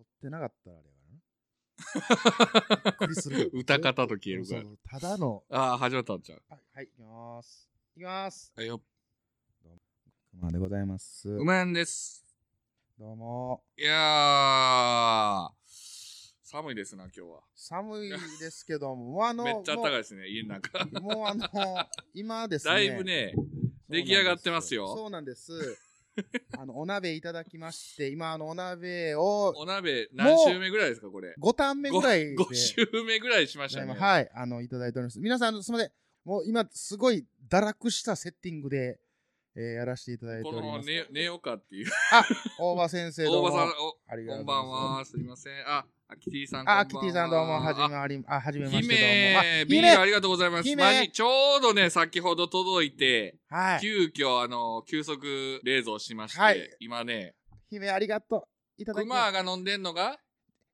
ってなかったらあれやからな。びっくりするよ 歌方と消えるからそうそうただの。ああ、始まったんちゃう。はい、はい、いきます。いきます。はいよ。熊でございます。うまんです。どうも。いやー、寒いですな、今日は。寒いですけども、もうあの、 めっちゃ暖かいもですね、家の 中。うもうあの、今ですね。だいぶね、出来上がってますよそうなん です。あの、お鍋いただきまして、今あの、お鍋をお鍋何週目ぐらいですか、これ。 5ターン目ぐらいで。 5週目ぐらいしましたね。い。はい、あの、いただいております。皆さん、あのすみません。もう今、すごい堕落したセッティングで、えーやらせていただいてこおりのます。寝寝ようかっていう。あ、大場先生、ど大う場さんも。、ありおがことうんごばざいんます。は、すいません。あ、あキティさん、あ、こキんばんはティさん、どうも、はじめあり、あ、はじめまして、どうも。あ姫、ビールありがとうございます。姫間にちょうどね、先ほど届いて、はい。急遽、あの、休息冷蔵しまして、はい今ね、姫、ありがとう。いただき熊ます。が飲んでんのが、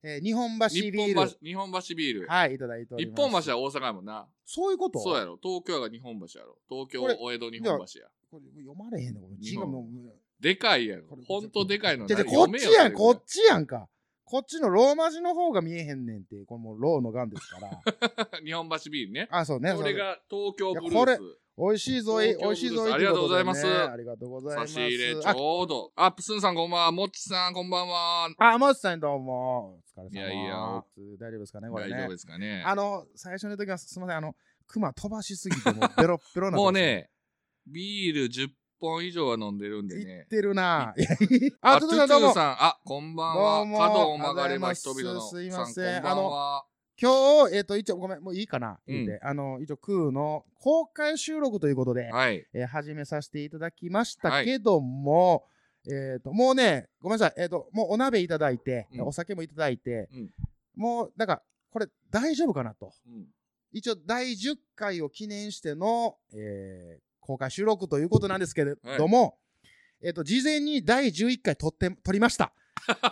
えー日本橋日ビ本ー橋ル。、日本橋ビール。はい、いただいてお日ります。本橋は大阪やもんな。そういうことそうやろ。東京が日本橋やろ。東京これ、お江戸日本橋や。これ読まれへんのこれ日字本がもう。でかいやろこれ。ほんとでかいのじゃなじゃこっちやん、こっ。読ちやんか。こっちのローマ字の方が見えへんねんって、これもうローのガンですから。めよこれ日本橋ビールね。あ、そうね。これが東京ブルいやーこス。美味しいぞい、美味しいぞい。ありがとうございますということでねありがとうござい差ましす。入れちあょうど。あ、プスンさんこんばんは。もっちさんこんばんは。あ、マスさんどうも。お疲れ様。いやいや大丈夫ですかね、これ大ね。丈夫ですかね。あの、最初の時は、すみません、あの、クマ飛ばしすぎて、もうベロッベ ロな。もう、ね、ビール10本以上は飲んでるんでいねっ。てるな。いやあ、あ、トトゥゥトトゥゥさんどうさんも。あ、こんばんどうもは。角を曲がれば人々の。ありがとうございますさんこんばんは。今日、えっ、と、一応、ごめん、もういいかな。う言んうてあの、一応、クーの公開収録ということで、はい。えー始めさせていただきましたけども、えっ、と、もうね、ごめんなさい、えっ、と、もうお鍋いただいて、うんお酒もいただいて、うんもう、なんか、これ大丈夫かなと。うん一応、第10回を記念しての、えー公開収録ということなんですけれども、えっ、と、事前に第11回撮って、撮りました。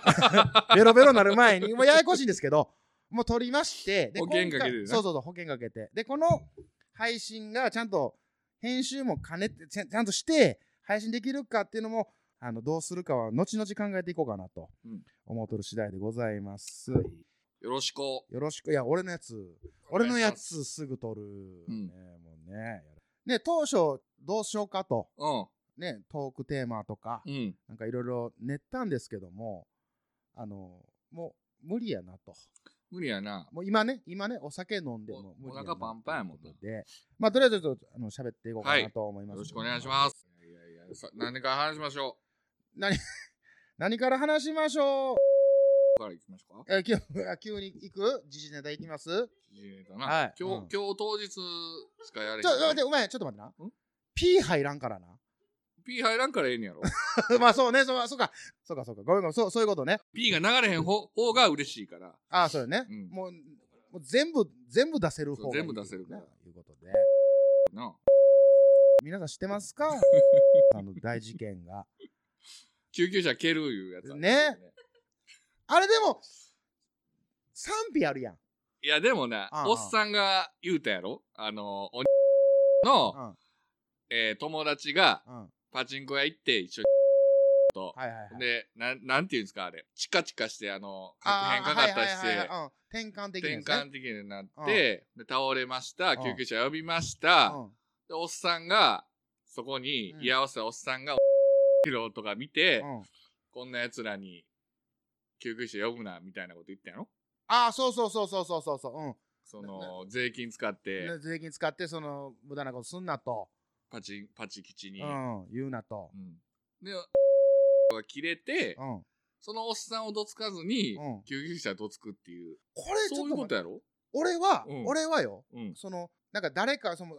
ベロベロなる前に、もうややこしいんですけど、もう撮りまして、で保険か今けてな回そうそうそう、保険かけて。で、この配信がちゃんと編集も兼ねて、ちゃちゃんとして、配信できるかっていうのも、あのどうするかは後々考えていこうかなとうん思うとる次第でございます。よろしく。よろしく。いや、俺のやつ、俺のやつすぐ取る。うんね、もうね。ね、当初どうしようかと、うん。ね、トークテーマとか、うん。なんかいろいろ練ったんですけども、あの、もう無理やなと。無理やな。もう今ね、今ね、お酒飲んでも無理やなおお腹パンパンやもんなということで、まあ、とりあえずちょっとあの喋っていこうかなと思います、よろしくお願いしま。す。いやいやいや、さ何から話しましょ何から話しましょうう。からいきましょう か。え、急急に行く時事ネタ行きますえーとなはい今日、うん今日当日しかやれちょ、待っへん。て、。お前、ちょっと待ってなん P 入らんからな。 P 入らんからええんやろ。まあそうね、そうそうか、そうか、そうか、ごめんごめん、そうそういうことね。 P が流れへん方方が嬉しいから。ああ、そうよね。うんもうもう全部、全部出せる方がいい、そう全部出せるからね。ということで、な皆さん知ってます かあの大事件が。救急車蹴るいうやつある。ねあれでも、賛否あるやん。いや、でもなうんう、んおっさんが言うたやろあの、おにのう、ん、えー友達がうん。パチンコ屋行って一緒にと、はいはいはい。で、なん、なんていうんですか、あれ。チカチカして、あの、確あ変ーかかったりはいしはいては、いはいうん、転換的転に、ね。換的になって、で倒れました、うん救急車呼びました、うん。で、おっさんが、そこにうん居合わせたおっさんが、ヒロとか見て、うん、こんな奴らに救急車呼ぶな、みたいなこと言ったんやろああ、そうそうそうそうそうそうそう。うん。その、税金使って、で税金使って、その、無駄なことすんなと。パチン、パチ吉うに。ん。言うなと。うんで、が切れて、うん。そのおっさんをどつかずに、うん救急車どつくっていう、これ、ちそょうっいうと待こってとやろ俺は、うん俺はよ、うん。その、なんか誰か、その、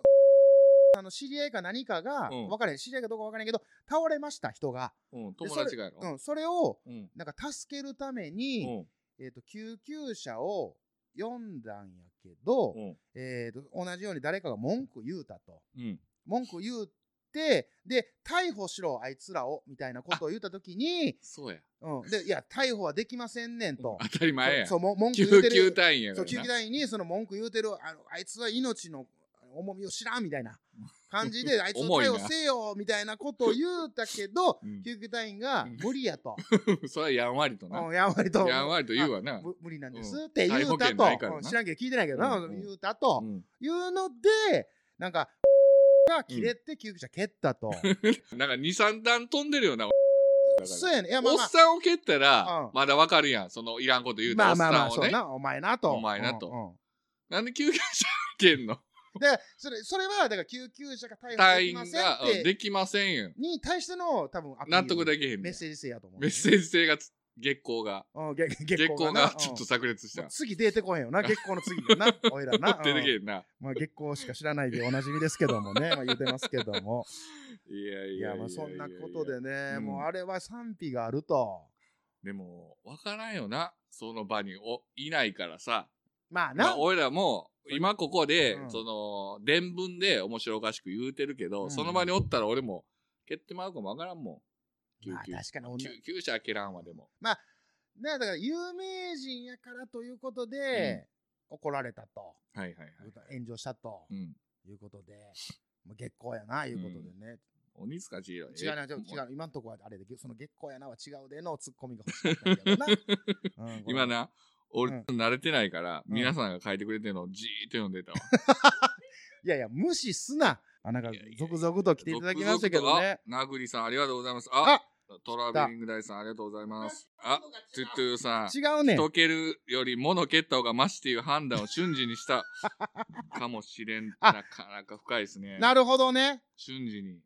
あの知り合いか何かが、うん分かれへん、知り合いかどうか分からへんけど、倒れました、人が。うん、で友達がやろそれ,、うん、それを、うん。なんか助けるために、ん。えっ、と、救急車を呼んだんやけど、うん。えっ、と、同じように誰かが文句言うたと。うん。文句言うて、で、逮捕しろ、あいつらを、みたいなことを言ったときに、そうや。うん、で、いや、逮捕はできませんねん と。当たり前や。そう、もう文句言う救て急る。隊員やかそうら救急な。隊員にその文句言うてるあのあいつは命の重みを知らんみたいな感じ で、あいつを重い逮な捕せよみたいなことを言うたけど、うん救急隊員がうん無理や と、それはやんわりとなう。んやんわりとやんわりと言うわな。む無理なんです、うんって言うた逮捕権と、ないからなうん知らんけど聞いてないけどな、うんうん言うたと、うんいうので、なんか、 が切れて救急車蹴った と。なんか2、3段飛んでるよな。だからそうやねん。いや、まあおっまあ、さんを蹴ったうんら、まだわかるやん。そのいらんこと言うまたおあっまあまさあ、んをそうね。な、お前なと。お前なとうんうんなんで救急車蹴んので、それ、それは、だから救急車が逮捕で隊きま員せんがっうんて、できませんよ。に対しての、多分アピール納得できへんねんメッセージ性やと思うね。メッセージ性がつ、月光が。うんげ 月月光が光ながちょっとうん炸裂したもう。次出てこへんよな、 月光の次もな、おいらな。出てうんけへんな。まあ、月光しか知らないでおなじみですけどもね、まあ言うてますけど も。いやいいやや、まあそんなことで。ね、うんもうあれは賛否があると。でも、わからんよな。その場においないからさ。まあまなあ、、俺らも、今ここで、うんその、伝聞で面白おかしく言うてるけど、うんその場におったら俺も、蹴ってまうかもわからんもん。救まあ急確かに女救急車開けらんわ、でも。ね、だから有名人やからということで、怒られたと、はいはいはい。炎上したとうん。いうことで、まあ、月光やな、いうことでね。鬼塚千尋。違うな、えでも違う、今のとこはあれで、その月光やなは違うでのツッコミが欲しかったけど な。うん今。な、俺、うん慣れてないから、うん皆さんが書いてくれてるのをじーっと読んでたわ。いやいや、無視すな。あなんかいやいやいや続々 と来ていただきましたけどね。。なぐりさん、ありがとうございます。あトラベリングダイさん、ありがとうございます。あ、トゥトゥさん。違うねん。人蹴るより物蹴った方がマシっていう判断を瞬時にした かもしれん。なあかなか深いですね。なるほどね。瞬時に。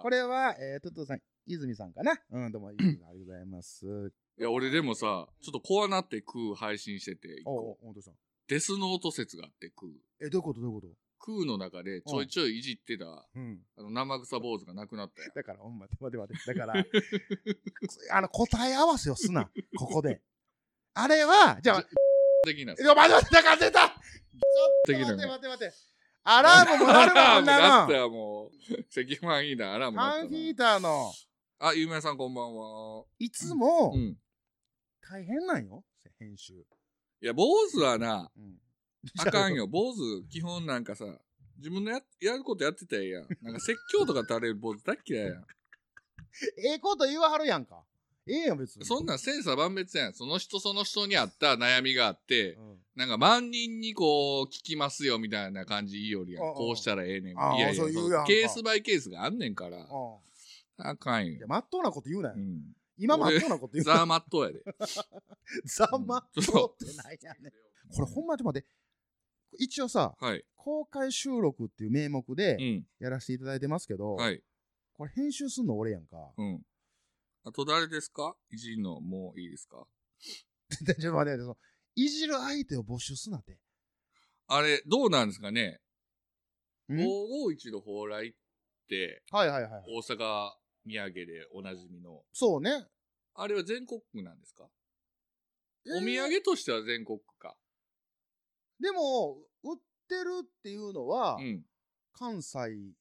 これは、えー、トットさん、泉さんかな。うん、どうも、泉 さん、ありがとうございます。いや、俺でもさ、ちょっと怖なって空配信してて、一個おうおう、どうしたデスノート説があって空。え、どういうことどういうこと空の中でちょいちょいいじってた、うん。あの、生臭坊主がなくなったよ。だから、ほんま、待て待て。だ から、あの、答え合わせをすな、ここで。あれは、じゃあ、的なえ。待て待て、だから出たちょっと待なって待って待って。アラームもなるもん、こんなアラームなったよ、もう。赤飯いいな、アラームの。なハっンフィーたターの、な。あ、ゆうめいさんこんばんは。いつもうん。大変なんよ、編集。いや、坊主はな、うんあかん。よ。坊主、基本なんかさ、自分のややることやってたらええやん。なんか説教とか垂れる坊主大っ嫌いや ん。ええこと言わはるやんか。ええやん、別に。そんなん千差万別やん。その人その人にあった悩みがあってう、んなんか万人にこう聞きますよみたいな感じいいよりやああん。こうしたらええねん。いああやいや、そう言うやんかケースバイケースがあんねんから、うあかんん。いよや、。まっとうなこと言うなよう。ん。今、まっとうなこと言うなザーよ。マットやで。 ざまっとうってないやねん。これ、ほんま、ちょっと待って。一応さ、 はい。公開収録っていう名目でうん。やらせていただいてますけど、はい。これ編集すんの俺やんか。 うん。あと誰ですかいじんのもういいですかでちょっと待って待ってその、いじる相手を募集すなって。あれ、どうなんですかねん ?551 の蓬莱って、はいはいはい。大阪土産でおなじみの。そうね。あれは全国区なんですか、えーお土産としては全国区か。でも、売ってるっていうのは、うん。関西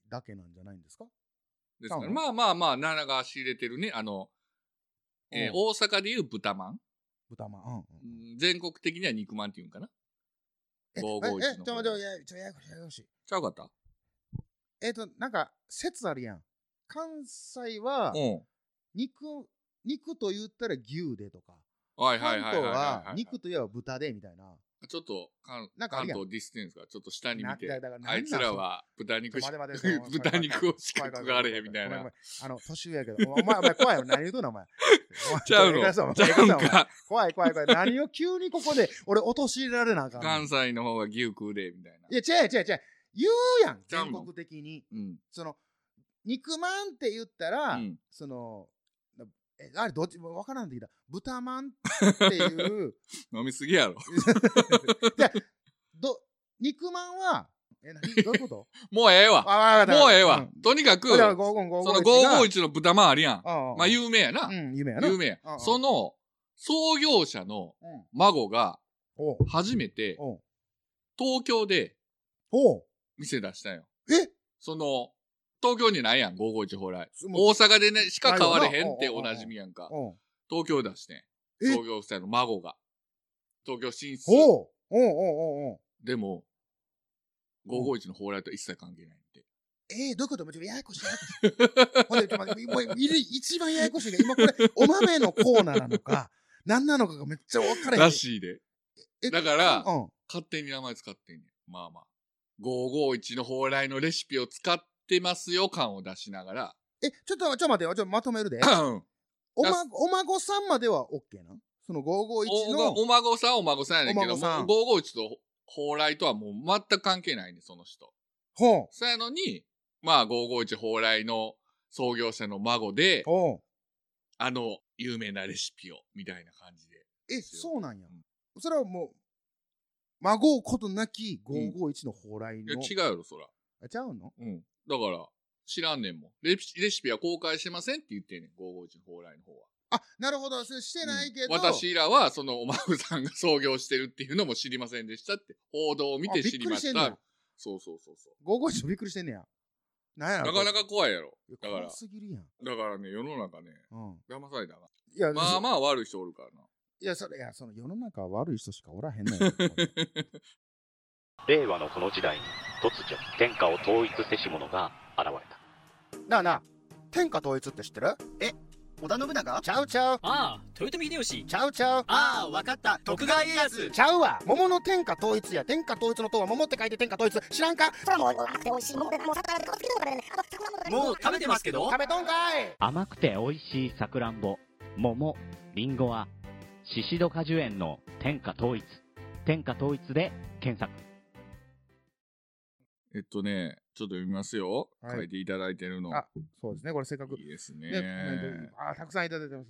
だけなんじゃないんですかですか多ら、分まあまあまあ、奈良が仕入れてるね、あの、えーうん大阪でいう豚まん。豚まん。うんうんうん全国的には肉まんっていうんかなえ、 551え、えちょのっと待って、いやちょ、ややこしい、ややこしい。ちゃうかったえっ、と、なんか、説あるやん。関西は、うん。肉、肉と言ったら牛でとか、はいは関いは東いはいはいははい。肉といえば豚でみたいな。ちょっと関なんかあ関るやん東ディステンスがちょっと下に見てなだからなん、なんあいつらは豚肉しちょ待て待て待て 豚肉をし怖かい怖い食怖わいれへんみたいごめんごめん。おな前、あの、年上やけど、お前、お前、怖いよ。何言うとんの、お前。ちゃうおの前ちゃええかうんさお前ええかさお前怖かい怖い怖い。何を急にここで、俺、陥れられなあかんの。関西の方が牛食うで、みたいな。いや、違う違う違う。言うやん、ちゃう全の国的に。うん。その、肉まんって言ったら、うんその、えあれ、どっちもわからんできた。豚まんって いう、飲みすぎやろ。じゃあど、肉まんは、え、何どういうこともうええあわわ。かった もうええわん。とにかく、だからそ5551のが551の豚まんあるやん。うんうんまあ有名やなう。ん、夢やな。有名やうんう。んその創業者のうん孫がおう初めておう東京でおう店出したんよ。えその、東京にないやん、551蓬莱。すもう大阪でね、しか買われへんっておなじみやんか。おう東京出してん。え東京夫妻の孫が。東京進出。おうおうおうおうおうでも、 551の蓬莱とは一切関係ないんで。えー、どういうこともうちょっとややこしいややこしい。ほんで、ちょっと待っても ういる一番ややこしいが、今これ、お豆のコーナーなのか、 何なのかがめっちゃ分からへん。らしいで。えだからうん。勝手に名前使ってんねん。まあまあ。551の蓬莱のレシピを使ってますよ感を出しながら。え、ちょっと、ちょっと待ってよ。ちょっとまとめるで。 うんおま、お孫さんまでは OK なその551の。おお孫さんはお孫さんやねんけどお孫さも、ん551と蓬莱とはもう全く関係ないねん、その人。ほう。そやのに、まあ551蓬莱の創業者の孫で、ほう。あの有名なレシピを、みたいな感じで。え、すよそうなんやうん。それはもう、孫うことなき551の蓬莱いやの。違うやろ、そら。あちゃうのうん。だから、知らんねんもん。レシレシピは公開してませんって言ってんねん、551の蓬莱の方は。あ、なるほど。それしてないけど。私らはそのお孫さんが創業してるっていうのも知りませんでしたって報道を見てあ知りましびっくりしてんねたやそうそうそうそ551びっくりしてんねや。なんやうろなかなか。か怖いやろだから怖すぎるやん。だからね世の中ねうん。騙されたないや、まああ。まあ悪い人おるからないや、それ、いや、その世の中は悪い人しかおらへんのや。 令和のこの時代に突如天下を統一せし者が現れたなあなあ、天下統一って知ってる織田信長ちゃうちゃう。ああ豊臣秀吉ちゃうちゃう。ああわかった徳川家康ちゃうわ桃の天下統一や天下統一の塔は桃って書いて天下統一知らんかそれはもう甘くて美味しいものでもう魚で顔つけるのからねあと魚もねもう食べてますけど食べとんかい甘くて美味しいさくらんぼ桃りんごはシシド果樹園の天下統一天下統一で検索えっとねちょっと読みますよ、はい書いていただいてるのあそうですねこれせっかくいいですねコメンねトあたくさんいただいてます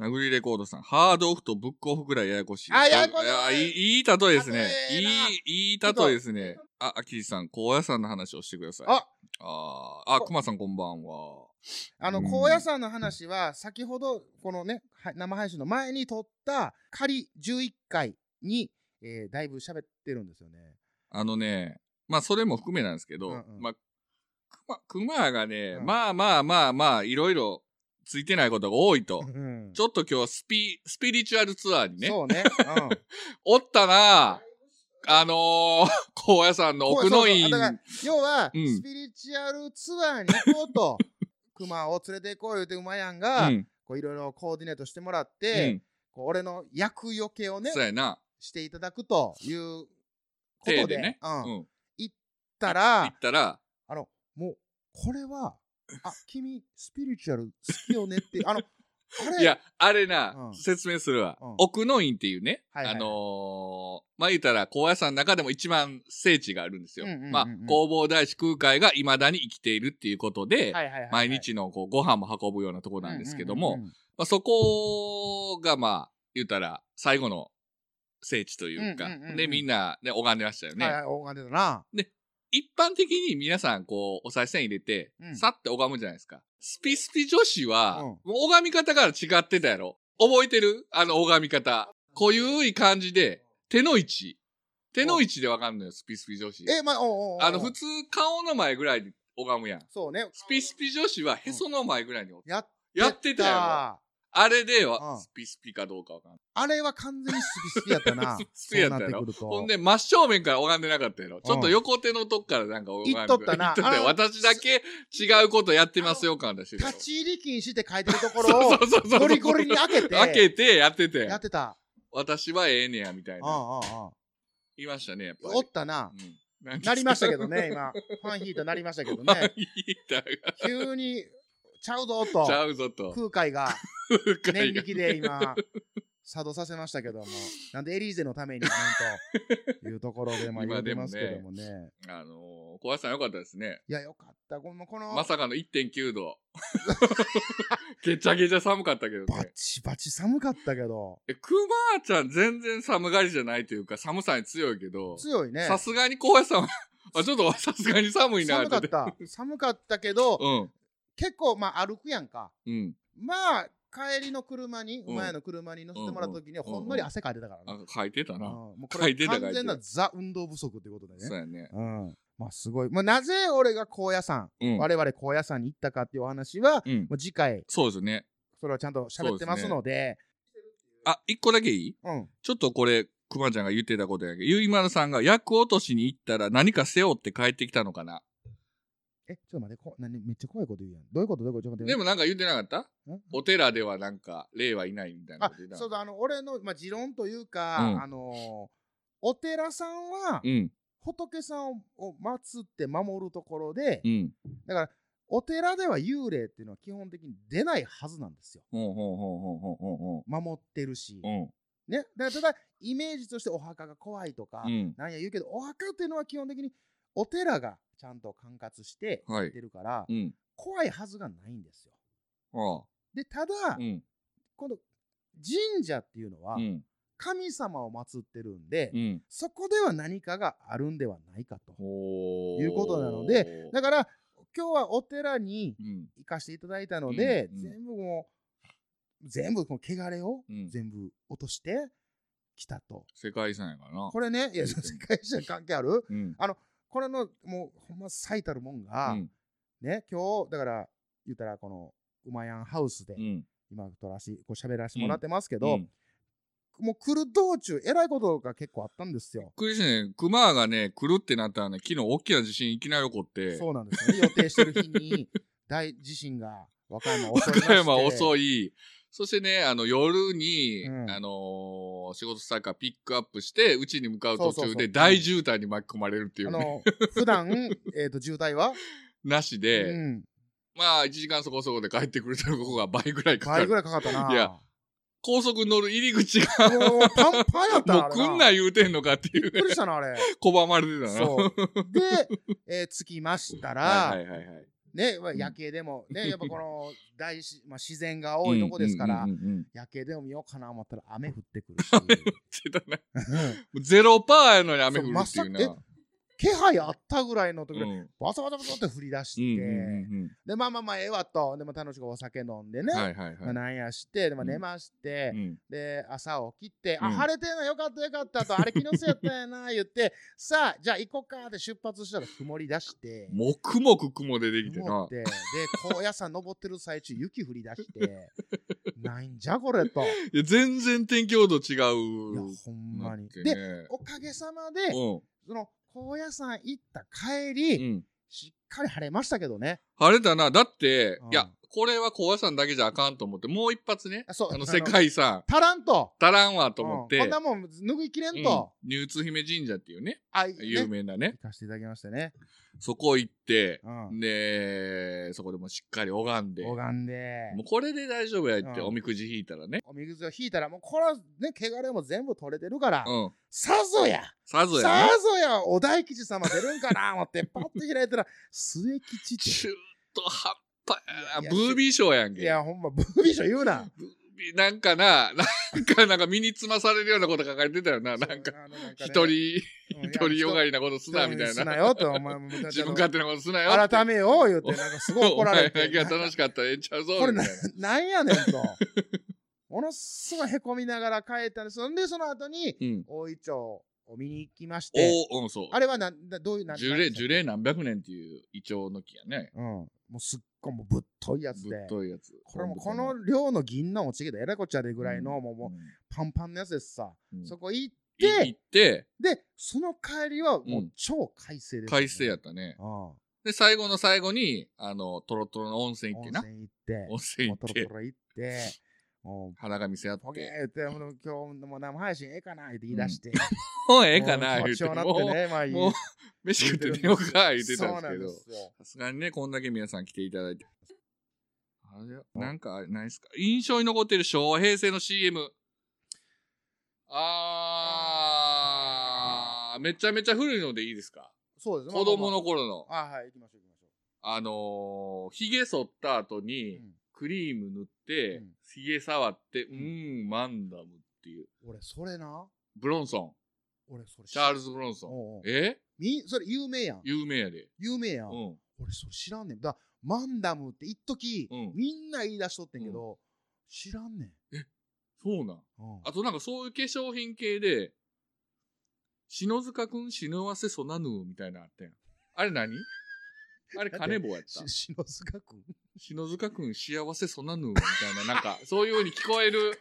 殴りレコードさんハードオフとブックオフぐらいややこしいあややこしいやいいいい例えです例ねえないいいい例えですねああきりさん高野山の話をしてくださいああーあくまさんこんばんはあのうん高野山の話は先ほどこのねは生配信の前に撮った仮11回に、えーだいぶ喋ってるんですよねあのね、まあそれも含めなんですけど、うんうんまあ、熊熊がね、うんまあまあまあまあ、いろいろついてないことが多いと。うんちょっと今日スピ、スピリチュアルツアーにね、そう ね、うん、おったなあのー、 高野山の奥のそうそうそう院。だから要は、うんスピリチュアルツアーに行こう と熊を連れて行こう言うて馬やんが、うんこういろいろコーディネートしてもらっうて、ん。こう俺の役除けをねそうやな。していただくということで手でね。うんうん。た行らったら、あのもうこれはあ君スピリチュアル好きよねってあ のあれいや、あれな、うん説明するわ。うん奥の院っていうね、はいはいはいあのーまあ言ったら高野山の中でも一番聖地があるんですよ。うんうんうんうんまあ、弘法大師空海が未だに生きているっていうことで、はいはいはいはい毎日のこうご飯も運ぶようなとこなんですけどうも、んうんうんまあ、そこがまあ言ったら最後の聖地というか、うんうんうんうんでみんな、ね、拝んでましたようんね。はいはい大金だな一般的に皆さんこうお賽銭入れて、うんさって拝むじゃないですか。スピスピ女子は、うんもう拝み方から違ってたやろ。覚えてるあの拝み方。こういうい感じで、手の位置。手の位置でわかんのよ、スピスピ女子。えまあおうおうおうあの、普通顔の前ぐらいで拝むやん。そうねスピスピ女子はへその前ぐらいにおっやっやってたやろ。あれでうはん、スピスピかどうかわかんない。あれは完全にスピスピやったな スピスピやったやそうなっろてくるとほんで、真正面から拝んでなかったやろ。ちょっと横手のとこからなんか拝んで行っとったな行っとったよあの私だけ違うことやってますよ、感出してたや立ろち入り禁止って書いてるところをそうそうそうそうゴリゴリに開けて開けてやっててやってた私はええねやみたういんうなんうん言いましたねやっぱりおった なうんんかなりましたけ どね今ファンヒーターなりましたけどファ ンねヒーターが急にちゃうぞとちゃうぞと空海が空念海が力で今作動させましたけどもなんでエリーゼのためになんというところ でまあ言今うでてもねますけどもねあのー小林さんよかったですねいやよかったこのこのまさかの1.9度 げちゃげちゃ寒かったけどバねチバチ寒かったけどえクマちゃん全然寒がりじゃないというか寒さに強いけど強いねさすがに小林さんは あちょっとさすがに寒いな寒かっってた寒かったけどうん結構まあ歩くやんかうんまあ帰りの車にうん前の車に乗せてもらった時にはほんのり汗かいてたからなねんか書いてたうんなもうこ書れいてた完全な書いザ運動不足ってことでそうねやねうんまあすごいまあなぜ俺が高野山うん我々高野山に行ったかっていうお話はうんもう次回そうですねそれはちゃんと喋ってますのであ、一個だけいいうんちょっとこれ、くまちゃんが言ってたことやけど、ゆいまるさんが役落としに行ったら何か背負って帰ってきたのかな。え、ちょっと待って、こ何めっちゃ怖いこと言うやん。どういうことどういうことちょっと待でってもなんか言ってなかったんお寺ではなんか霊はいないみたいなあこと言って、なかそっうだ、あの、俺の、まあ、持論というか、うんあのーお寺さんはた。、うん、仏さんを祀って守るところで、うん。だから、お寺では幽霊っていうのは基本的に出ないはずなんですよ。ほうほうほうほうほうほうほ守ってるし。う。うん。ね。だから、ただ、イメージとしてお墓が怖いとか、うん。なんや言うけど、お墓っていうのは基本的にお寺がちゃんと管轄してはやいって。るから、うん。怖いはずがないんですよ。あで、ただ、あ。うん。今度、神社っていうのはう、ん。神様を祀ってるんで、うん。そこでは何かがあるんではないかと。ほいうことなので、だから、今日はお寺にうん。行かせていただいたので、うんうん全部もう、全部、この汚れをうん全部落としてきたと。世界遺産やからな。これね、いや、世 界史は関係あるうん。これの、もう、ほんま最たるもんが、うん。ね、今日、だから、言ったら、この、うまやんハウスで、うん。今、撮らし、こう喋らせてもらってますけど、うんもう来る道中、えらいことが結構あったんですよ。クリスね、クマがね、来るってなったらね、昨日大きな地震いきなり起こって、そうなんですよね。予定してる日 に、大地震が和歌山を襲いま和して。歌山遅い。い。そしてね、あの、夜に、うんあのー仕事したからピックアップして、うちに向かう途そうそ中うそうで大渋滞に巻き込まれるっていあうね、の、普段、えっと、渋滞は、なしで、うん、まあ、1時間そこそこで帰ってくれたのここが倍ぐらいかか倍ぐる。らいかかったな。いや高速乗る入り口が、もうパンパンやったもう来んなよ。言うてんのかってびいうっくりねし、たな、あれ。拒まれてたな。そう。で、えー着きましたら、はいはいはいはい。ね、まあ夜景でも、ね、やっぱこの大し、まあ、自然が多いとこですから、うんうん うんうん夜景でも見ようかな思ったら雨降ってくる し。してたね。うんもうゼロパーやのに雨降るっていうな。そうまさ気配あったぐらいの時ぐうらい、んバサバサバサって降り出して、うんうんで、まあまあまあ、ええわと、でも楽しくお酒飲んでうんね、はいはいまはあい。なんやして、でもうん寝まして、うんで、朝起きて、うあ、ん晴れてんのよかったよかったと、あれ気のせいやったんやな、言って、 さあ、じゃあ行こうかって出発したら曇り出して、もくもく雲出てきて曇なっ。て、で、高野山登ってる最中、雪降り出 して、ないんじゃこれと。いいや全然天気温度違やう。、ほんまに。なってで、ねおかげさまで、うんその、高野山行った帰り、うんしっかり晴れましたけどね。晴れたな。だってうん、いや、これは高野山だけじゃあかんと思って、もう一発ね。あそうあの、世界遺産、足らんと。足らんわと思っうんこてん、なもん拭いきれうんんと。ニューツ姫神社っていうね、あ、いいね有名な行、ねかせていただきましてね。そこ行って、うん。で、そこでもしっかり拝んで、も拝んで、うこれで大丈夫やって、うんおみくじ引いたらね。お水を引いたら、もうこれはね、汚れも全部取れてるから、うん。さぞや、さぞやさね。ぞや、お大吉様出るんかな思 って、パッと開いたら、末吉って。中途半端やいな。やブービー賞やんい け。や、ほんま、ブービーショ言うな。なんかな、なんか、なんか身につまされるようなこと書かれてたよ な。なんそか、う、なんかね一人、一うんいや人よがりなことすな、みたいすなな。よと、お前も自分勝手なことすなよ。改めよう言って、なんかすごい怒られ おて。前だけは楽しかったらええんちゃうぞ、これみな たいな。、なんやねんと。ものすごいへこみながら帰ったんです。んで、その後に、うん。大井町を見に行きまして、おうん、そう。あれはなんだどういう、なん樹なんで齢、したっけ樹齢何百年っていうイチョウの木やね。うん。もうすっごいもうぶっといやつずで。っといやつ。これもうこの量の銀の落ち毛でえらいこっちゃでぐらいの、もうもうパンパンのやつですさ。うん、そこ行っいて行、って、で、その帰りはもううん超快晴です、快晴やったね。うん。で、最後の最後に、あの、トロトロの温泉行っ温て泉行な。って、温泉も行うっトロてト、ロ行って、もう、花が見せ合っポケて。ーって、ほんで今日も生配信ええかなって言い出して。もうええかな、もう気言う持ちて。ようなってもう、ね、まあいいもう飯食って寝ようか、言ってたんですそうなけんでど。すよ。さすがにね、こんだけ皆さん来ていただいて。あれなんか、ないっすか印象に残ってる昭和平成の CM。あー、めちゃめちゃ古いのでいいですかそうです子供の頃の。あ、はい、行きましょう、行きましょあのー、髭剃った後う。にう、んクリーム塗ってうん、髭触って、うーん、マンダムっていう。俺、それな。ブロンソン。俺、それ。チャールズ・ブロンソン。おうおうえみそれ有名やん。有名やで。有名やん。うん。俺、それ知らんねん。だマンダムって一時、うんみんな言い出しとってんけど、知らんねん。そうなん。うんあとなんかそういう化粧品系で、篠塚くん死ぬわせそなぬみたいなのあったやん。あれ何あれ金棒やったし。篠塚くん篠塚くん幸せそなぬみたいな、なんかそういう風に聞こえる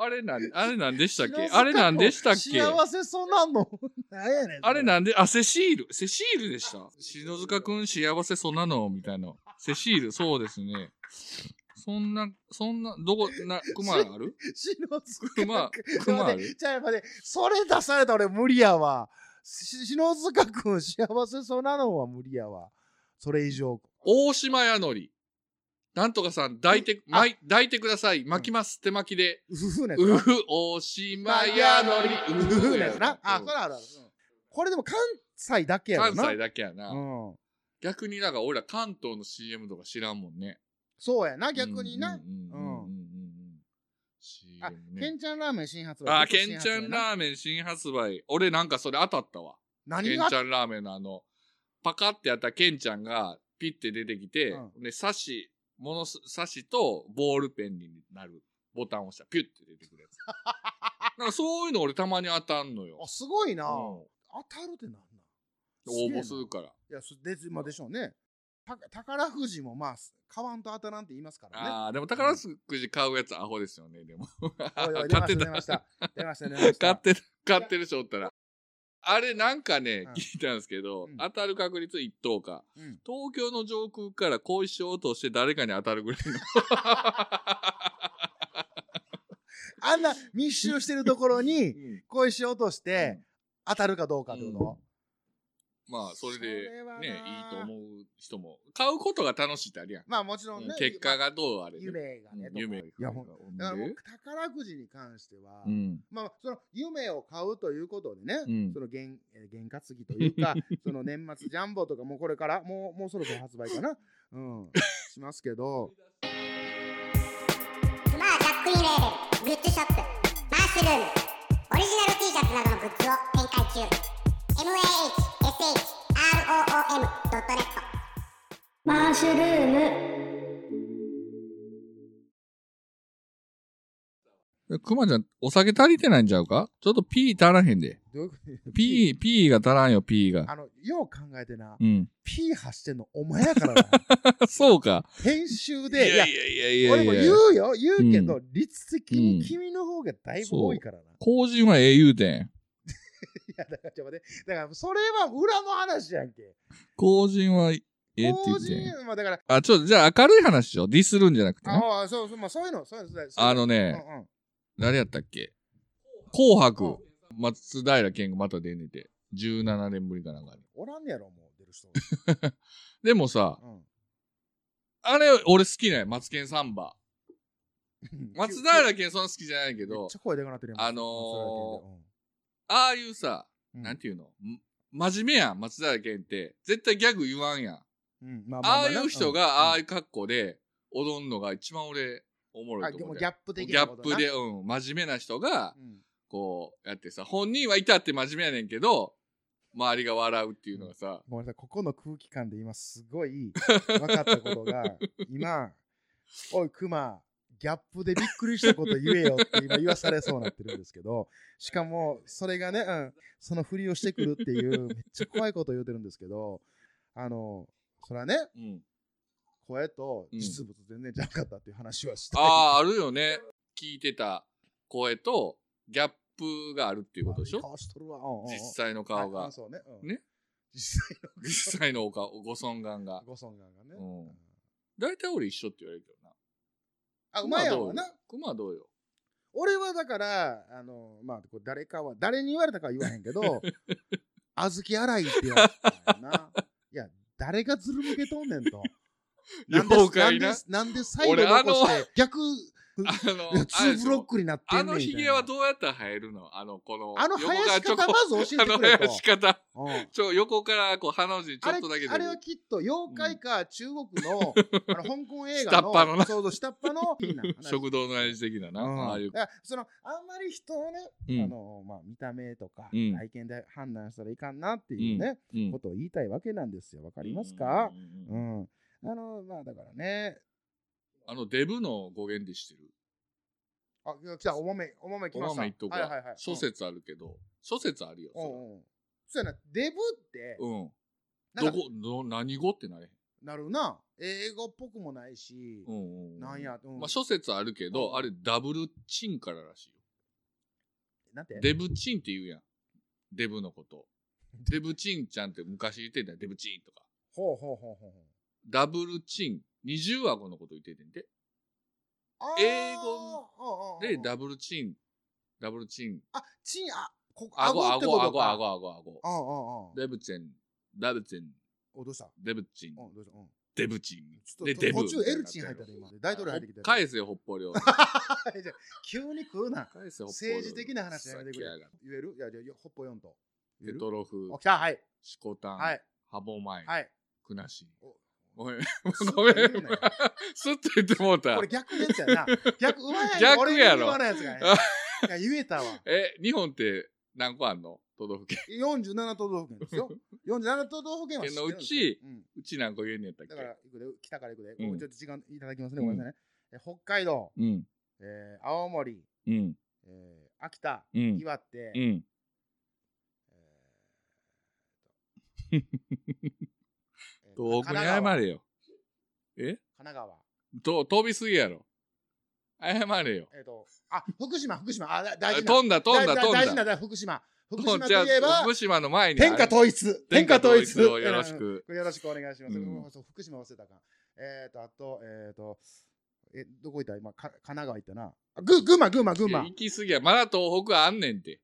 あれなん、あれなんでしたっけ白あれなんでしたっけ幸せそうなんの。 なんやねん。あれなんで、あ、セシール。セシールでした。篠塚くん幸せそんなのみたいな。セシール、そうですね。そんな、そんな、どこ、な、熊ある篠塚熊ちょっ熊とあ待っるて、ちゃう待って、それ出されたら俺無理やわ。し篠塚くん幸せそうなのは無理やわ。それ以上。大島屋のり。なんとかさん、抱いて、まい、抱いてください。巻きます。手巻きで。うふふなやつうな。ふ、大島屋のり。うふふなやつな。あ、うそんれあるある。これでも関西だけやろ関な。西だけやな。うん。逆になんか俺ら関東の CM とか知らんもんね。そうやな、逆にな。うんうんうんうんうんうん。あ CM、ケね。ンちゃんラーメン新発売。あ、ケンちゃ新発ん売なラーメン新発売。俺なんかそれ当たったわ。ケ何ンがちゃんラーメンのあの、パカってやったケンちゃんがピッて出てきて、うで、サシ、ものす、サシとボールペンになるボタンを押したらピュッて出てくるやつ。 なんかそういうの俺たまに当たんのよあ、。すごいな。うん当たるってなんなん応げえな募するから。いや、すで、まあ、でしょうね。た宝富士もまあ、買わんと当たらんって言いますからね。ああ、でも宝くじ買うやつアホですよね、でも。おい おい買って出たました、出ました、出ました。出ました買ってる、買ってる人おったら。あれなんかねうん、聞いたんですけど、うん当たる確率1等か。うん東京の上空から小石を落として誰かに当たるぐらいの。あんな密集してるところに、うん小石落として、当たるかどうかってこまあ、それでそれはなね、いいと思う人も。買うことが楽しいってあるやんと。。まあ、もちろんうんね。結果がどうあれね。夢がね。うん夢。いや、ほんだからもでう、宝くじに関しては、うん。まあ、その夢を買うということでね、うんその原えー原価継ぎという か、その年末ジャンボとかもこれから、もうもうそろそろ発売かな、うん、しますけど、まあざっくりレーベルグッズショップマッシュルームオリジナル T シャツなどのグッズを展開中 MAHSHROOM.net マッシュルームくまちゃん、お酒足りてないんちゃうかちょっと P 足らへんで。どういうこと P、P が足らんよ、P が。あの、よう考えてな、うん。 P 発してんのお前やからな。そうか。編集いで、いや、やいやいや俺いもやい言や。うよ、言うけど、率的うんに君の方がだいぶ多いからな。後人は英雄伝。いや、だからちょっと待って、だからそれは裏の話やんけ。後人はええって言法うてん。人はだから、あ、ちょっと、じゃあ明るい話しよう。ディスるんじゃなくてね。ああ、そうそう、まあそういうの、そういうの、そういうあのうね、んうん誰やったっけ紅白。松平健がまた出んねて。17年ぶりかなんかに。おらんねやろ、もう出る人。でもさ、 うんあれ、俺好きなんや。松健サンバ。松平健そんな好きじゃないけめどっち、ゃ声でかなってるやんあのーああいうさ、松平健でうんなんていうのん真面目やん、松平健って。絶対ギャグ言わんやん。うんうんまあまあまあいう人が、ああいいう格好で、踊んのが一番俺、おもうろんあいとでも思うギで。ャップ的ギャなッことプなで、うん、真面目な人が、うんこうやってさ、本人はいたって真面目やねんけど、周りが笑うっていうのがさ、ごめんなさい、ここの空気感で今すご い分かったことが、今、おい、クマ、ギャップでびっくりしたこと言えよって今言わされそうになってるんですけど、しかも、それがね、うん、そのふりをしてくるっていう、めっちゃ怖いこと言うてるんですけど、あの、それはね、うん。声と実物全然ちゃうかったっていう話はして、ああ、あるよね。聞いてた声と、ギャップがあるっていうことでし悪いょ顔しとるわうんうんうん実際の顔はいがあ、そうね。うんね実際 実際のお顔、ご尊顔がの。ご尊顔がね。うん大体俺一緒って言われるけどな。あ、うまいやろううな。。熊はどうよ。俺はだから、あの、まあ、こう誰かは、誰に言われたかは言わへんけ ど、小豆洗いって言われたんやな。いや、誰がずる向けとんねんと。なんで 妖怪な。なんで最後俺あの残して、逆、あの、あれで2しブロッょクになってあんねんのみたいヒな。ゲはどうやったら生えるのあの、この、あの生やし横方がちょこまず教えてあのく生れとや。し方。うんちょ、横から、こう、ハの字にちょあっれとだけあれ出はる。きっと妖怪か中国の,、あの香港映下画っ端のなのそうそう下っ端のピーナ話 食堂の味的なな。ああいううん、だからそのあんまり人をね、うんあのまあ、見た目とかうん体験で判断したらいかんなっていうね、うんことを言いたいわけなんですよわかりますか、うんうんううんうんんあのまあだからねあの、デブの語源でしてる。あ来たおもめおもめ来おまましため言っとこ。はいはいはいう諸説あるけど、諸説あるよ。うんそうんうんそうやなデブって、らうん。なんかどこ、ど、何語ってなれへん。なるな。英語っぽくもないし、うんうん。なん。や、うんまあ、諸説あるけど、あれダブルチンかららしいよ。なんてデブチンって言うやん。デブのこと。デブチンちゃんって昔言ってたよデブチンとか。ほうほうほうほうほう。ダブルチン。二重顎のこと言っててんで。あー英語うんうんうで、んダブルチン。ダブルチン。あ、チン、あ、ここ、顎、顎ってこと顎、か。顎、顎、顎、顎。うんうんうん。デブチン。ダブチン。お、どうしたデブチン。うん、どうしたうん。デブチン。ちょっとで、デブ。途中エルチン入ったで、今。大統領入ってきたで。返せよ、北 方領土。じゃあ急に来るな。返せよ、北方領土政治的な話やめてくれふざけやがって。言えるいや、じゃあ、ほっぽ4と。言えテるトロフお、、来たはい。シコタン、はい。ハボマイ、 はい。クナシお。ごめん、ごめんそう 言うなよ、すっと言ってもうたこれ。逆のやつや な。逆、うまい逆やろ俺に言わないやつ がねいや、言えたわ。え、日本って何個あんの都道府県。 47都道府県ですよ。47都道府県は知ってるんですよ県、うんうち何個言えんねやったっけだから、いくで北から行くで、うんちょっと時間いただきますね、ごめんなさいね。え北海道、うん、えー青森、うん、えー秋田、うん、岩手、うえん。ー神東北に謝奈川神れよ。え奈川。と、飛びすぎやろ。謝れよ。えっ、と、あ、福島、福島、あ、だ大事な。飛んだ、飛んだ、大大飛事んなだ。だ、福島。福飛ん島だといえば、福島の前にある。天下統一。天天下下統統一一。をよろしくうんよろしくお願いします。うんそう福島忘れたかん。えっ、と、あと、えっ、と、え、どこ行った今、か神奈川行ったな。あぐ、群馬、群馬、群いや馬行。きすぎや。まだ東北あんねんて。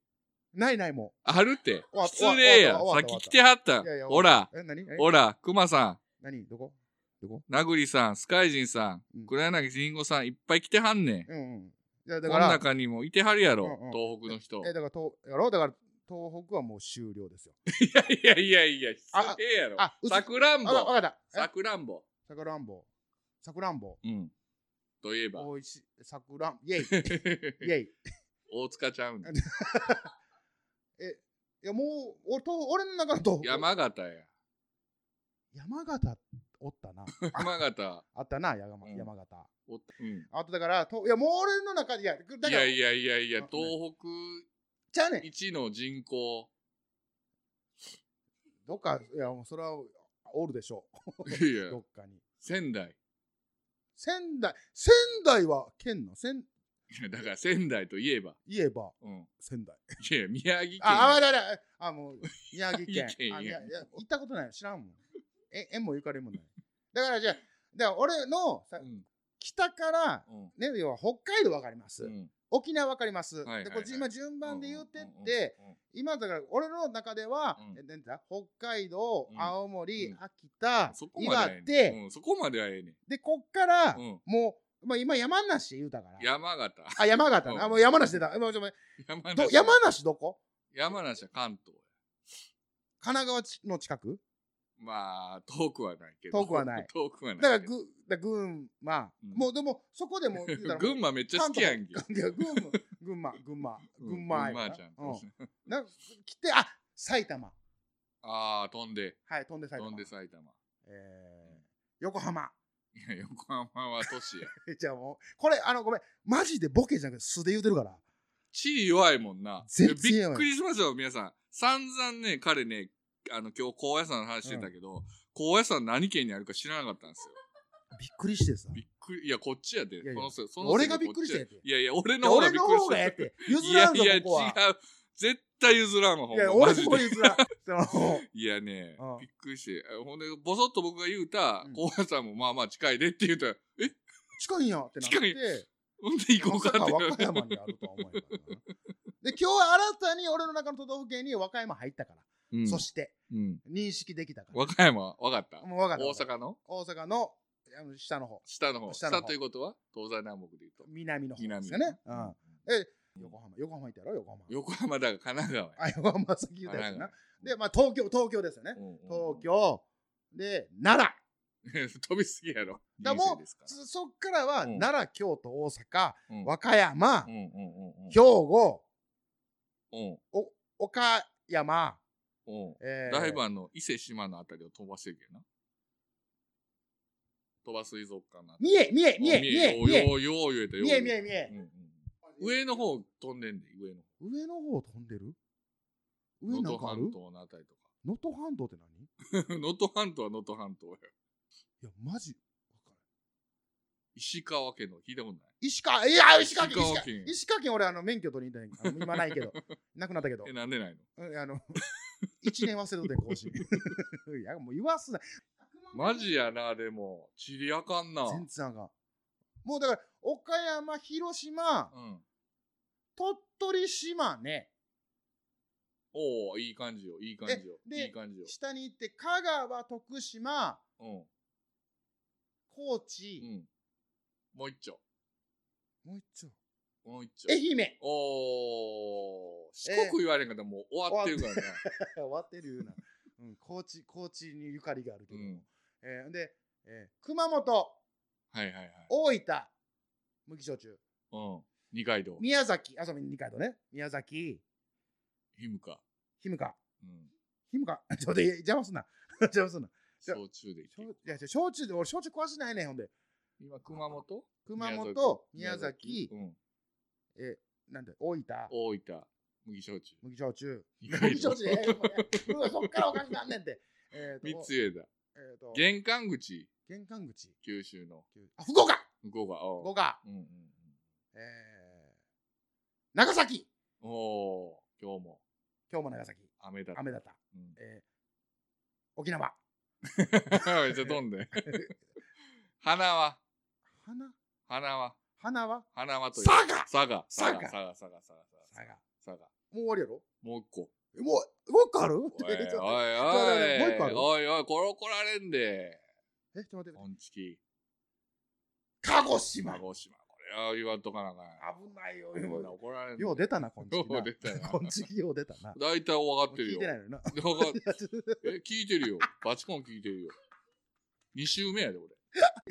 ないないもあるって。終わっ失礼や。終さわっった終わったき来てはったう。いやいや。ほら、え、何えほら、熊さん。何どこどこなぐりさん、スカイジンさ、うんん黒柳りんごさん、いっぱい来てはんねん。うんうん。いや、こだかのら、中にもいてはるやろうんう、ん東北の人。え、だから、とやろだから、東北はもう終了ですよ。いやいやいやいや、失礼やろあ。うつさくらんぼあ、。わわかった。えさくらんぼ。さくらんぼ。さくらんぼ。うん。といえば、おいしい。さくらん、イェイ。イェイ。 大塚ちゃうんだ。いや、もう、俺と俺の中の東北。山形や。山形おったな。山形。あったな、山うん山形。おったうんあとだから、といや、もう俺の中で、いや、だいから、やいやいやいやあ、東ちゃうねん北。一の人口。どっか、いや、もうそれは、おるでしょ。いうやどっ、かに。仙台。仙台、仙台は県の、仙、いやだから仙台といえば。言えばうん。仙台。いや、宮城県。あ、あ、あ、だだ、あ、もう、宮城県。 宮城県あ、いや、いやもう行ったことない。知らんもん。え、縁もゆかりもない。だからじゃあ、だから俺の、さうん。北から、うんね、要は北海道わかります。うん。沖縄わかります。はいはいで、こっち今順番で言ってって、うん、今だから俺の中では、うんえなんだ北海道、うん青森、うん秋田そこま岩ではええ手、ねんうん、そこまではええねんでこっから、うんもう、まあ、今山梨言うたから山形。あ山形な、うんあもう山梨出たえもうちょっと待山ってど梨。山梨どこ山梨は関東。神奈川ちの近くまあ、遠くはないけど。遠くはない 遠くはないだからけぐど。だから群馬、うんもうでもそこでも言うたら群馬めっちゃ好きやんけ。関 東群馬 群馬群馬うん群馬群や馬なちゃん。うんなんか来てあ埼玉ああ、飛んで、はい飛んで埼玉飛んで埼玉。えー横浜いや、横浜は都市や。えじゃあもうこれあのごめんマジでボケじゃなくて素で言うてるから地位弱いもんな。全然いや弱いびっくりしましたよ、皆さん。散々ね、彼ね、あの、今日高野山の話してたけど、高野山何県にあるか知らなかったんですよ。びっくりしてさ。びっくり、いや、こっちやで。やいやこのせその俺せがこびっくりしたんややていやいや、俺いのや方が俺びっのくり方しがええたっ。て。譲いらやんいぞ、や、違うここは。。絶対譲らんわ、ほいんまや、マ俺ジもで。譲らん。 そのいやねうん、びっくりして。あほんで、ぼそっと僕が言うたう、ん高野さんもまあまあ近いでって言うたら、え近いんやってなって。近いほんで行こまうかさってかな和る。歌山にあるとは思えなかったな。で、今日は新たに俺の中の都道府県に和歌山入ったから。うんそして、うん認識できたから。和歌山、わかったもう分かった。大阪の大阪のあの下の方。下の方。下の下方ということは東西南北で言うと。南の方で南すよね。うん。え、うん横浜。横浜行ったやろ横浜。横浜だが神奈川や。あ、横浜さっき言ったやつな神。で、まあ、東京、東京ですよね。東東。京。で、奈良。 飛びすぎやろ。だも人生ですからそそっからは、うん奈良、京都、大阪、うん和歌山、うんうんうんうん兵庫、うんお岡山、うん。えーダイバーの伊勢島のあたりを飛ばしてるけどな。飛ば水族館な。三重、三重、三重、よう三重、ようよう言えたよう三言重、えた三重、三重。うんうん上の方飛んでんで、上の方。上の方飛んでる上能なん登かある半島のあたりとか。能登半島って何 能登半島は能登半島や。いや、マジ。わかんな石川家の聞いたことない石川、いや、石川県、石石川川県。県石川県俺、あの、免許取りに行ったんやけど、あの今ない けど、なくなったけどい。え、、なんでないのうんあの、1年忘れとって更新。 いや、もう言わすな。マジやな、でも。ちりあかんな。全然あかん。もうだから、岡山、広島、うん。鳥取、島ね、おおいい感じよ、いい感じよ。えでいい感じよ。下に行って、香川、徳島、うん。高知、うん。もう一丁。もう一丁。もう一丁。愛媛おー。四国言われんかったらもう終わってるからね。 終わってるような。 うん、高知、高知にゆかりがあるけうど。ん。えーで、えー熊本、はいはいはい。大分、麦焼酎、うん。二階堂。宮崎、あ、そう、二階堂ね。宮崎、ひむか。ひむか。うん。ひむか。 ちょっと、いや邪魔すんな。 邪魔すんな。じゃ焼酎でいしょけいや、じゃあ焼酎で、俺、焼酎詳しないねん、ほんで。今、熊本熊本、宮崎、うん。なんで、大分、大分、麦焼酎。麦焼酎。二麦階堂焼。酎、ええもうねうわそっからおかしなんねん で。えー三と、つ枝。えーと、玄関口、玄関口。九州の。あ、福岡向こうが。お福う岡。うんうんうん。えー、長崎おー。今日も今日も長崎。雨だった。雨だった。うん えー、沖縄。めっちゃ飛んで。 花は、花花は、花は花はという。佐賀佐賀佐賀佐賀佐賀佐賀佐賀。佐賀もう終わりやろもう一個。えもう、もう一個あるおいおいお いちょっともう一個あるおいおい、これ怒られんで。え、ちょっと待って。オンチキ、鹿児島。鹿危児島。これは言わんとかなあかないよ。ん。こんなよ怒られんうで。よう出たな、こんちき ような。出たなこんちきよう出たな。大体分かってる聞いよて。ないのにな。わかえ、聞いてるよ。バチコン聞いてるよ。2週目やで、俺。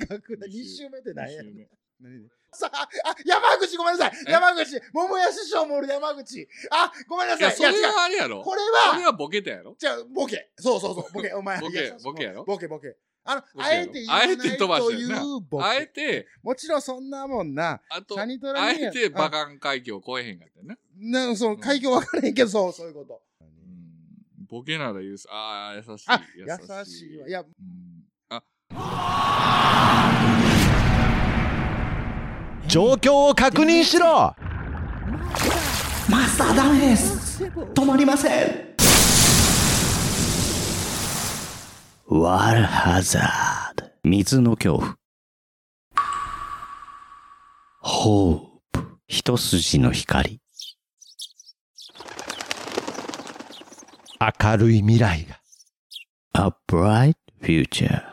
学年2週目って何二や週目何さあ、あ、山口ごめんなさいえ山口桃屋師匠もおる山口あ、ごめんないさや、いいそや、れ違うはあれやろ。これそれは、はボケたやろ。じゃあ、ボケ。そうそうそう、ボケ。お前、ボケいやそうそうボケやろボケ、ボケ。あボケの、やろあえて言わないあえて飛ばしとていんなうボあえケ。て、もちろんそんなもんな。あと、サニトあラにえてバカン海峡越えへんかったよな。な、その、開業分からへんけど、そう、そういうこと。うんボケなら許す。ああ、優しい。あ、優しいわ。いや、うんあ、状況を確認しろマスターダメです止まりませんワールハザード。水の恐怖。ホープ。一筋の光。明るい未来が A bright future。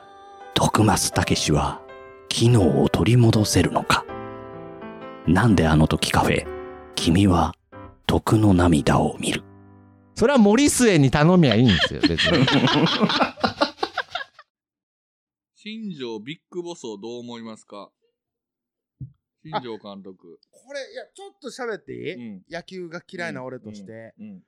徳松武氏は、機能を取り戻せるのかなんであの時カフェ、君は、徳の涙を見る。それは森末に頼みゃいいんですよ別に 新庄ビッグボスをどう思いますか新庄監督。これ、いや、ちょっと喋っていい、うん野球が嫌いな俺として。うん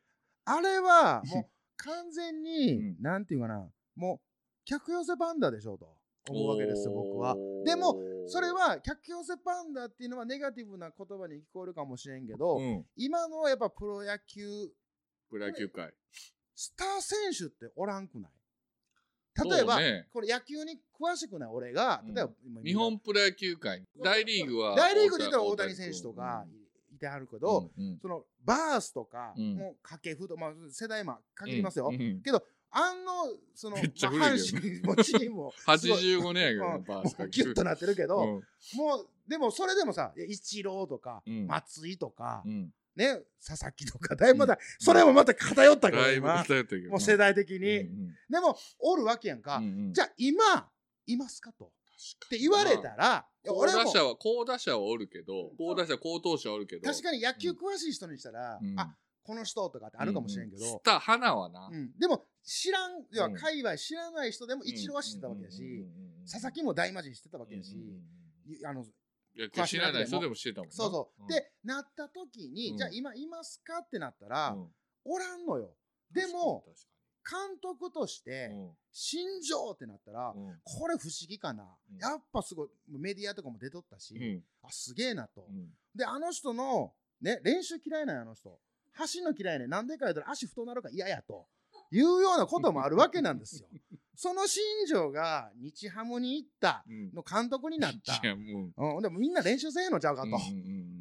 あれ は、もう、完全に、うんなんていうかな、もう、客寄せパンダでしょうと思うわけですよ、僕は。でも、それ、は、客寄せパンダっていうのはネガティブな言葉に聞こえるかもしれんけど、うん、今のやっぱプロ野球、プロ野球界。スター選手っておらんくない例えば、そうねこれ野球に詳しくない俺が、例えば、今日本プロ野球界。大リーグは。大リーグで言ったら大谷選手とかいてはるけど、うん、うんそのバースとか、うんもう掛布と、まあ、世代も限りますよ、うんうんあの、その、めっちゃ古いまあけど、阪神もチームも すごい85年やけどうねん、バースかもうギュッとなってるけど、うんもう、でもそれでもさ、いやイチローとか、うん松井とか、うん。ね、佐々木とか、だいぶまだ、それもまた偏ったけど、だいぶ今偏ったけど。もう世代的に。うんでも、おるわけやんか。うんうんじゃあ、今、いますかと。って言われたら、いや好俺打も、者は、好打者はおるけど、好打者、好投手はおるけど。確かに野球詳しい人にしたら、うんあ、この人とかってあるかもしれんけど、うスター、花はなう。んでも知らん、要はうん界隈知らない人でも一郎は知ってたわけやし、佐々木も大魔神知ってたわけやし、いあの野球知らない人でも知ってたもんなそうそう、んでなった時に、うんじゃあ今いますかってなったうら、んおらんのよでも確監督としかてにうん新庄ってなったら、うんこれ不思議かな、うんやっぱすごいメディアとかも出とったし、うんあすげえなと、うんであの人の、ね、練習嫌いなんやあの人 走るの嫌いねなんでか言うたら足太なるから嫌やというようなこともあるわけなんですよその新庄が日ハムに行ったうん。の監督になったい。や、もう。うん、でもみんな練習せえへんのちゃうかと。うんうんう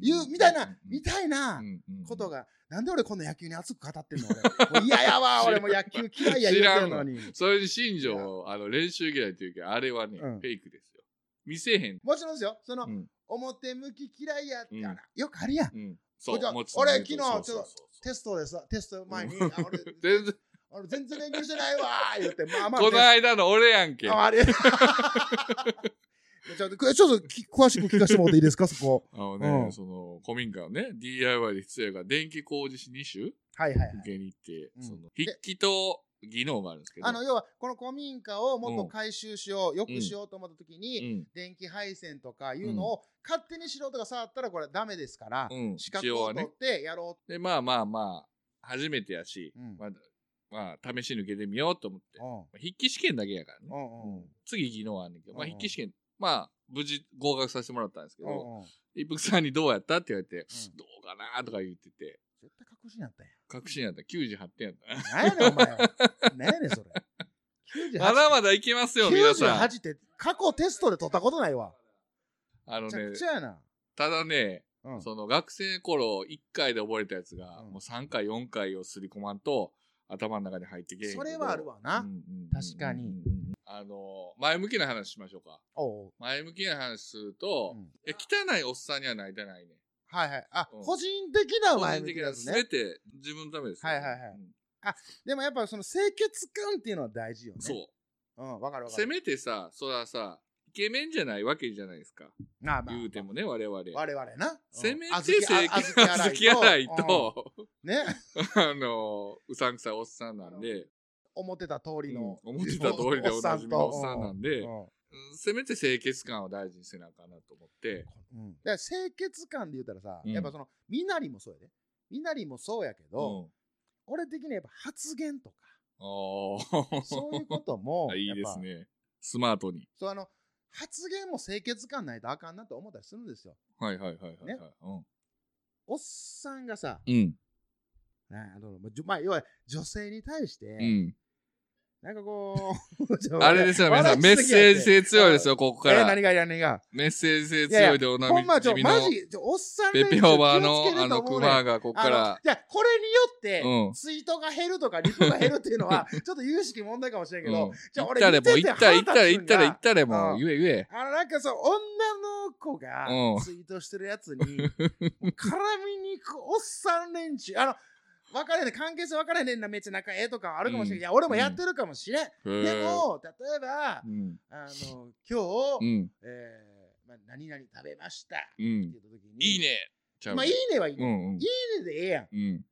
んいう、みたいな、みたいうんなうんうんことが、なんで俺こんな野球に熱く語ってんの俺。もう嫌 やわ、俺もう野球嫌いや言うてんのに。それに新庄、あの、練習嫌いっていうけど、あれはね、うんフェイクですよ。見せへん。もちろんですよ。その、うん表向き嫌いやって、うんあらよくあるやん。うん。じゃあもつの言俺昨うと日そうそうそうそうテストでさ、テスト前に、あ俺 全然、俺全然勉強してないわー言って、 まあまあ。この間の俺やんけ。あああれ ちょっとくちょっとき詳しく聞かせてもらっていいですか、そこ。のうね、んその、古民家をね、DIY で必要やから、電気工事士2種はいはいはい。受けに行って、うんその、で筆記と技能があるんですけど。あの、要は、この古民家をもっうとん回収しよう、よくしようと思った時うに、ん。電気配線とかいうのを勝手に素人が触ったらこれはダメですから、うん資格を取ってやろで、まあまあまあ、初めてやしう。、うんまあ、まあ、試し抜けてみようと思って。まうあ筆記試験だけやからね。んうんうん次技能あんねんけど、まあ、うんうん筆記試験、まあ、無事合格させてもらったんですけうど、んうん一服さんにどうやったって言われて、どうかなとか言ってて、絶対確信やったや確信やった。98点やった。ん。何やねん、お 前は。何やねん、それ。まだまだいけますよ、皆さん。 98って過去テストで取ったことないわ。あのめちゃねく、ちゃやな。ただね、うんその学生頃1回で覚えたやつが、うんもう3回、4回をすり込まんと、頭の中に入ってけえへんけそどれはあるわな。うんうんうんうん確かに。あの、前向きな話しましょうか。おう前向きな話すると、うんいや汚いおっさんにはなりたないね。はいはい。あ、うん個人的な個前人向き的でなすね全。て自分のためですよ、はいはいはいうんでもやっぱその清潔感っていうのは大事よね。。そうん、わかるう。わかせる。めてさ、そらさ、イケメンじゃないわけじゃないですか。なあまあ言うてもね、我々。我々な。せめうんて清潔感好きやない。小豆と、うんね。あの、うさんくさいおっさんなんで、思ってた通りの。うん思ってた通りでおなじみのおっさんなんで、うんうんせめて清潔感を大事にせなあかんなと思って、うんだから清潔感で言ったらさ、うんやっぱその、みなりもそうやで。みなりもそうやけど、うん俺的にはやっぱ発言とか、あ あ、、そういうこともいいですやっぱね。スマートに。そうあの、発言も清潔感ないとあかんなと思ったりするんですよ。はいはいはいはい、はいねうんおっさんがさ、うん。なあのまあじょまあ、要は女性に対して、うん。なんかこう ちょっとあ笑いすぎやって、れですよ、皆さん。メッセージ性強いですよ。よ、ここえから。何が何がメッセージ性いや強いいでおやなほみんまちょ、君のマジ、ちょおっさんペ連ッ中ペホバー気をつけのてあとの思クうねんマがこっかあのらじゃあこれによって、うんツイートが減るとか、リプが減るっていうの は、ちょっと有識問題かもしれんけど、うんじゃあ行っ俺たれもう見行てってたれ行ったれ行ったれ行腹立つんがったれもうう言え言えあの、なんかそう、女の子がうんツイートしてるやつに、もう絡みに行くおっさん連中、あの、分かれへんねん、関係性分かれへんねんな、めっちゃ仲ええとかあるかもしれん。うんいや、俺もやってるかもしれん。でへーも、例えばう、んあの、今日、うんえーまあ、何々食べました。うってん言った時に。いい。ねちゃうまあ、いいねはいい、うねんういんいねでええやん。うん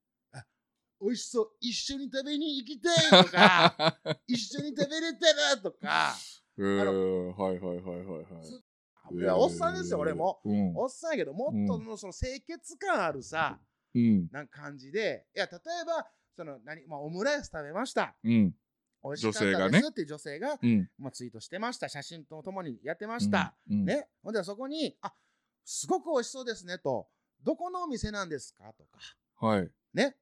美味しそう。一緒に食べに行きたいと か、一緒に食べれたらとか。へーあはいはいはいはいはいいや、おっさんですよ、へー俺も。うんおっさんやけど、もっとのその清潔感あるさ、うんなんか感じで、いや、例えば、その、何、まあ、オムライス食べました。うん美味しか女性ったがでねすっていう女性が、うんまあ、ツイートしてました。写真とともにやってました。うんね。ほんで、そこに、あ、すごく美味しそうですねと、どこのお店なんですかとか、はいね。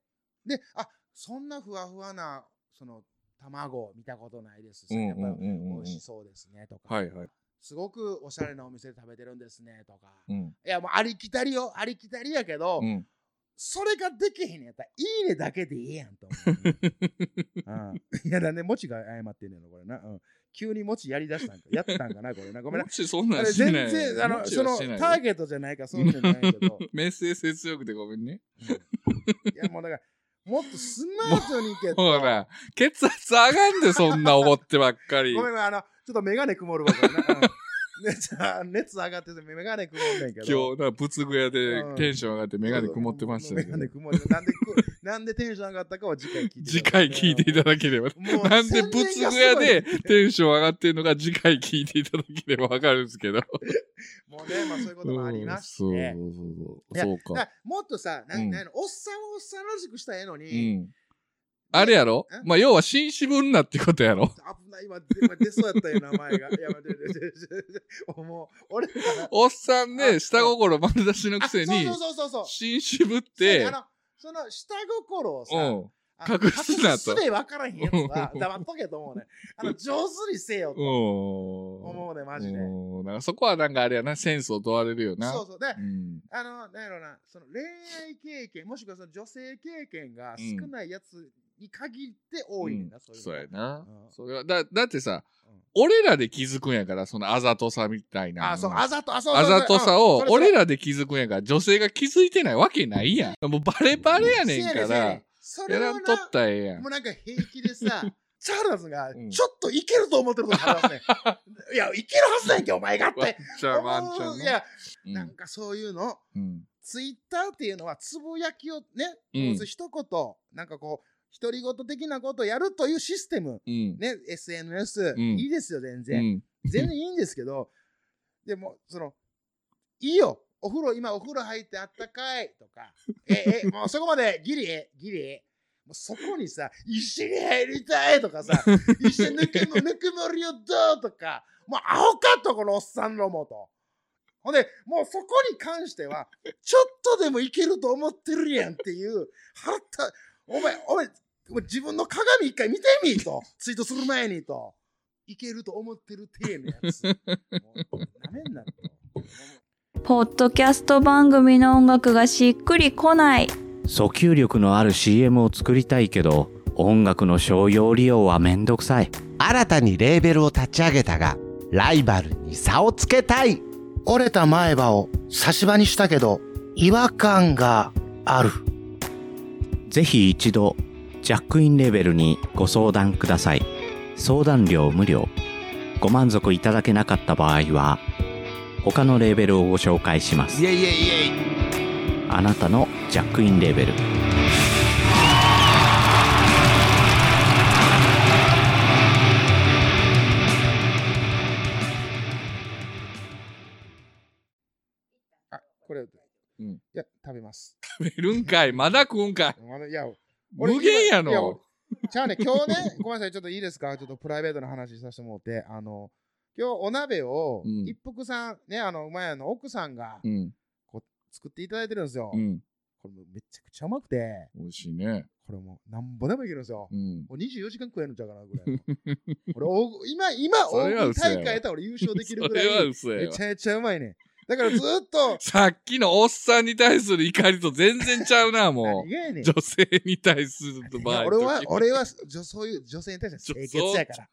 で、あ、そんなふわふわな、その、卵見たことないです。うんやうっんうぱんうん美味しそうですねとか、はいはいすごくおしゃれなお店で食べてるんですねとか、うんいや、もうありきたりよ、ありきたりやけど、うんそれができへんやったら、いいねだけでいいやんと思 う、うん。いやだね、もちが謝ってんねんの、これな。うん、急にもちやりだしたんか、やったんかな、これな。ご めんなも。しそんなあんれして全ない然、あの、もしそはの、タしてないーゲットじゃないから、そうじゃないけ ど、メッセージ性強くてごめんねいや、もうだから、もっとスマートにいけと。ほら血圧上がんでそんな怒ってばっかりごめんごめん、あの、ちょっとメガネ曇るわ、これな。うんねじゃあ熱上がっててメガネ曇んねんけど。今日な仏具屋でうんテンション上がってメガネ曇ってましたね。メけどガネ曇ってなんでこ、なんでテンション上がったかは次回聞いてくださ次回聞いていただければ。もうなんで仏具屋でテンション上がってるのか次回聞いていただければわかるんですけど。もうね、まあそういうこともありまして。そうそうそう。そうだかか。らもっとさ、なんうんなんやろおっさんをおっさんらしくしたらええのうに、ん。あれやろんまあ、要は紳士分なってことやろ危ない、今、今出そうやったよ、名前が。いや、待って待って待ってもう、俺らが、おっさんあね、下心丸出しのくせにあ、そうそうそうそうそう。紳士そぶっうてやねあ、の、その下心をさ、うん。あの隠すなと隠すで分からへんやつは黙っとけと思うね。あの、上手にせえようとん。思うね、マジで。うん。だからそこはなんかあれやな、センスを問われるよな。そうそう。で、うん。あの、なんやろな、その恋愛経験、もしくはその女性経験が少ないやつに限って多いねんな、うんそういうのそうやなう。んそれはだだってさうん、俺らで気づくんやから、そのあざとさみたいな。あ、そう、あざと、あ、そうあそうそうざとさをうんそれ、それ俺らで気づくんやから、女性が気づいてないわけないやん。もうバレバレやねんかせやねらん、それやらはんとなったらええやんもう。なんか平気でさ、 チャールズがうんちょっといけると思ってること話すねん。いや、いけるはずなんけ、お前がっワンて。ちゃん、ワンちゃんいな。や、うんなんかそういうの、うん。ツイッターっていうのはつぶやきをね、うんまず一言、なんかこう、独り言的なことをやるというシステム、うん。ね、SNS、うんいいですよ、全う然。ん。全然いいんですけど、でも、その、いいよ、お風呂、今お風呂入ってあったかいとか、え、え、 もうそこまでギリえ、ギリえ。もうそこにさ、一緒に入りたいとか さ、一緒にぬくも、ぬくもりをどうとか、もうアホかと、このおっさんのもと。ほんで、もうそこに関しては、ちょっとでもいけると思ってるやんっていう、腹立、お前、お前、お前自分の鏡一回見てみと、ツイートする前にと。いけると思ってる体のやつ。もうダメになると。ポッドキャスト番組の音楽がしっくりこない訴求力のある CM を作りたいけど音楽の商用利用はめんどくさい新たにレーベルを立ち上げたがライバルに差をつけたい折れた前歯を差し歯にしたけど違和感があるぜひ一度ジャックインレーベルにご相談ください相談料無料ご満足いただけなかった場合は他のレーベルをご紹介しますイエイイエイイエイあなたのジャックインレーベルあ、これ、うんいや、食べます。食べるんかい、まだ食うんかい。まだいや、俺無限やいや俺の。じゃあね、今 日ね、ごめんなさい、ちょっといいですかちょっとプライベートな話させてもらって、あの、今日お鍋をうん一服さん、ね、あの、うまいの奥さんがうん。作っていただいてるんですよ。うん。これもうめちゃくちゃうまくて、美味しいね。これもうなんぼでもいけるんですよう。ん。もう24時間食えるんちゃうかな、ぐらい の。これ大今、今、それは大嘘やわ食い大会やったら俺優勝 できるぐら、それはい嘘やめわ。ちゃめちゃうまいね。だからずっと、 さっきのおっさんに対する怒りと全然ちゃうな、も何がやねう。ん女性に対するい場合やと。俺は、俺は女そういう女性に対して清潔やから。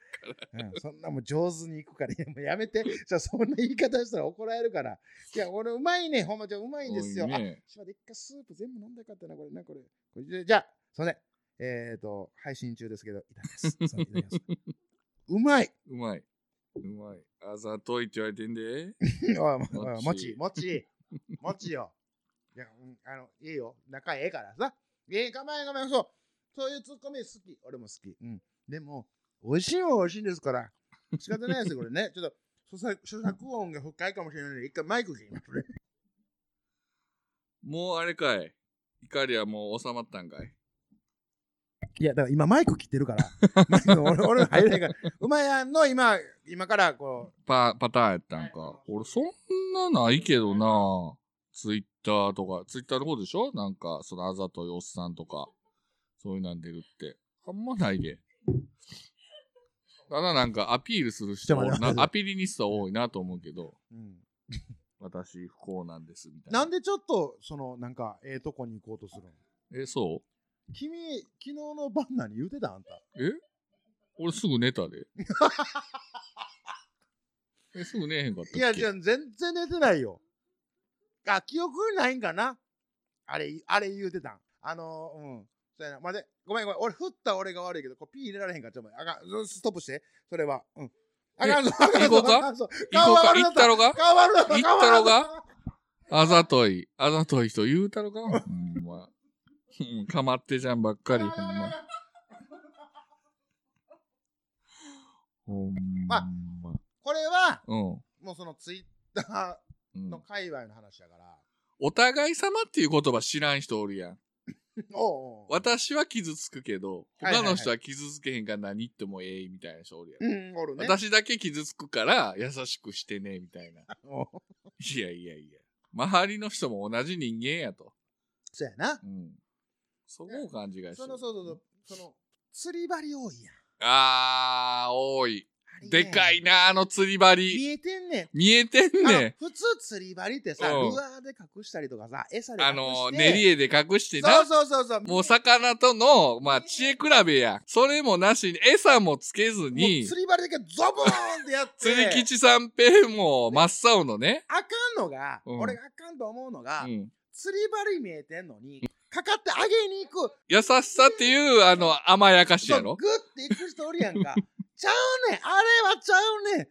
うん、そんなもう上手にいくから、いやもうやめて、じゃあそんな言い方したら怒られるから。いや、俺うまいね、ほんまじゃうまいんですよ。多いねあ、しまで一回スープ全部飲んだらよかったな、これな、これ。これじゃじゃあ、すいません。えっ、ー、と、配信中ですけど、いただき ます。そういただきますうまいうまい。うまい。あざといって言われてんで。おいおいももちち、もち、もちよ。いや、うんあの、いいよ。仲ええからさ。ええ、構えん構えん、そう。そういうツッコミ好き。俺も好き。うん。でも、美味しいは美味しいんですから。仕方ないですよ、これね。ちょっと、著作著作音が深いかもしれないので、一回マイク切りますね。もうあれかい。怒りはもう収まったんかい。いや、だから今マイク切ってるから。 マイク俺、俺入れないから。 うまやんの今、今からこう、パパターンやったんか。俺そんなないけどな。ツイッターとか、ツイッターの方でしょなんか、そのあざといおっさんとか、そういうなんでるって。あんまないで。ただなんかアピールする人多いちょっと待っな、てアピリニスト多いなと思うけど、うん私不幸なんですみたいな。なんでちょっと、その、なんか、ええとこに行こうとするのえ、そう君、昨日の晩何言うてたあんた。え俺すぐ寝 たで。え、すぐ寝へんかったっけいや、じゃあ全然寝てないよ。あ、記憶にないんかなあれ、あれ言うてたん。あのー、うん。そうやな。待て、ごめんごめん。俺、振った俺が悪いけど、こうピー入れられへんから、ちょっと待って。あかんうん。ストップして。それは。うん。あかんぞ。あかんぞ。行こうかあんぞ行こうか顔悪な行ったろか顔悪なった。行ったろか顔悪なったあざとい、あざとい人言うたのかほんま。うんかまってちゃんばっかり、ほんま。ほんま。これは、うん。もうそのツイッタうーんの界隈の話や から。お互い様っていう言葉知らん人おるやん。おうおう。私は傷つくけど、はいはいは他いの人は傷つけへんから何言ってもええみたいな人おるやん。うん、おるね。私だけ傷つくから優しくしてね、みたいな。 おういやいやいや。周りの人も同じ人間やと。そうやな。うん。そこを勘違いしてるそのそうそうそうその釣り針多いやんあー、多い。あれねでかいな、あの釣り針。見えてんねん見えてんあねのん。普通釣り針ってさ、うんルアーで隠したりとかさ、餌で隠してあの、練り絵で隠してな。そうそうそうそう。もう魚との、まあ、知恵比べや。それもなしに、餌もつけずもうに、、釣り針だけゾボーンってやって釣り吉三平も真っ青のね。あかんのが、うん俺があかんと思うのが、うん。釣り針見えてんのに、かかってあげに行く、優しさっていう、あの、甘やかしそやうグッろ。て行く人おるやん か。ちゃうねん、あれはちゃうねん。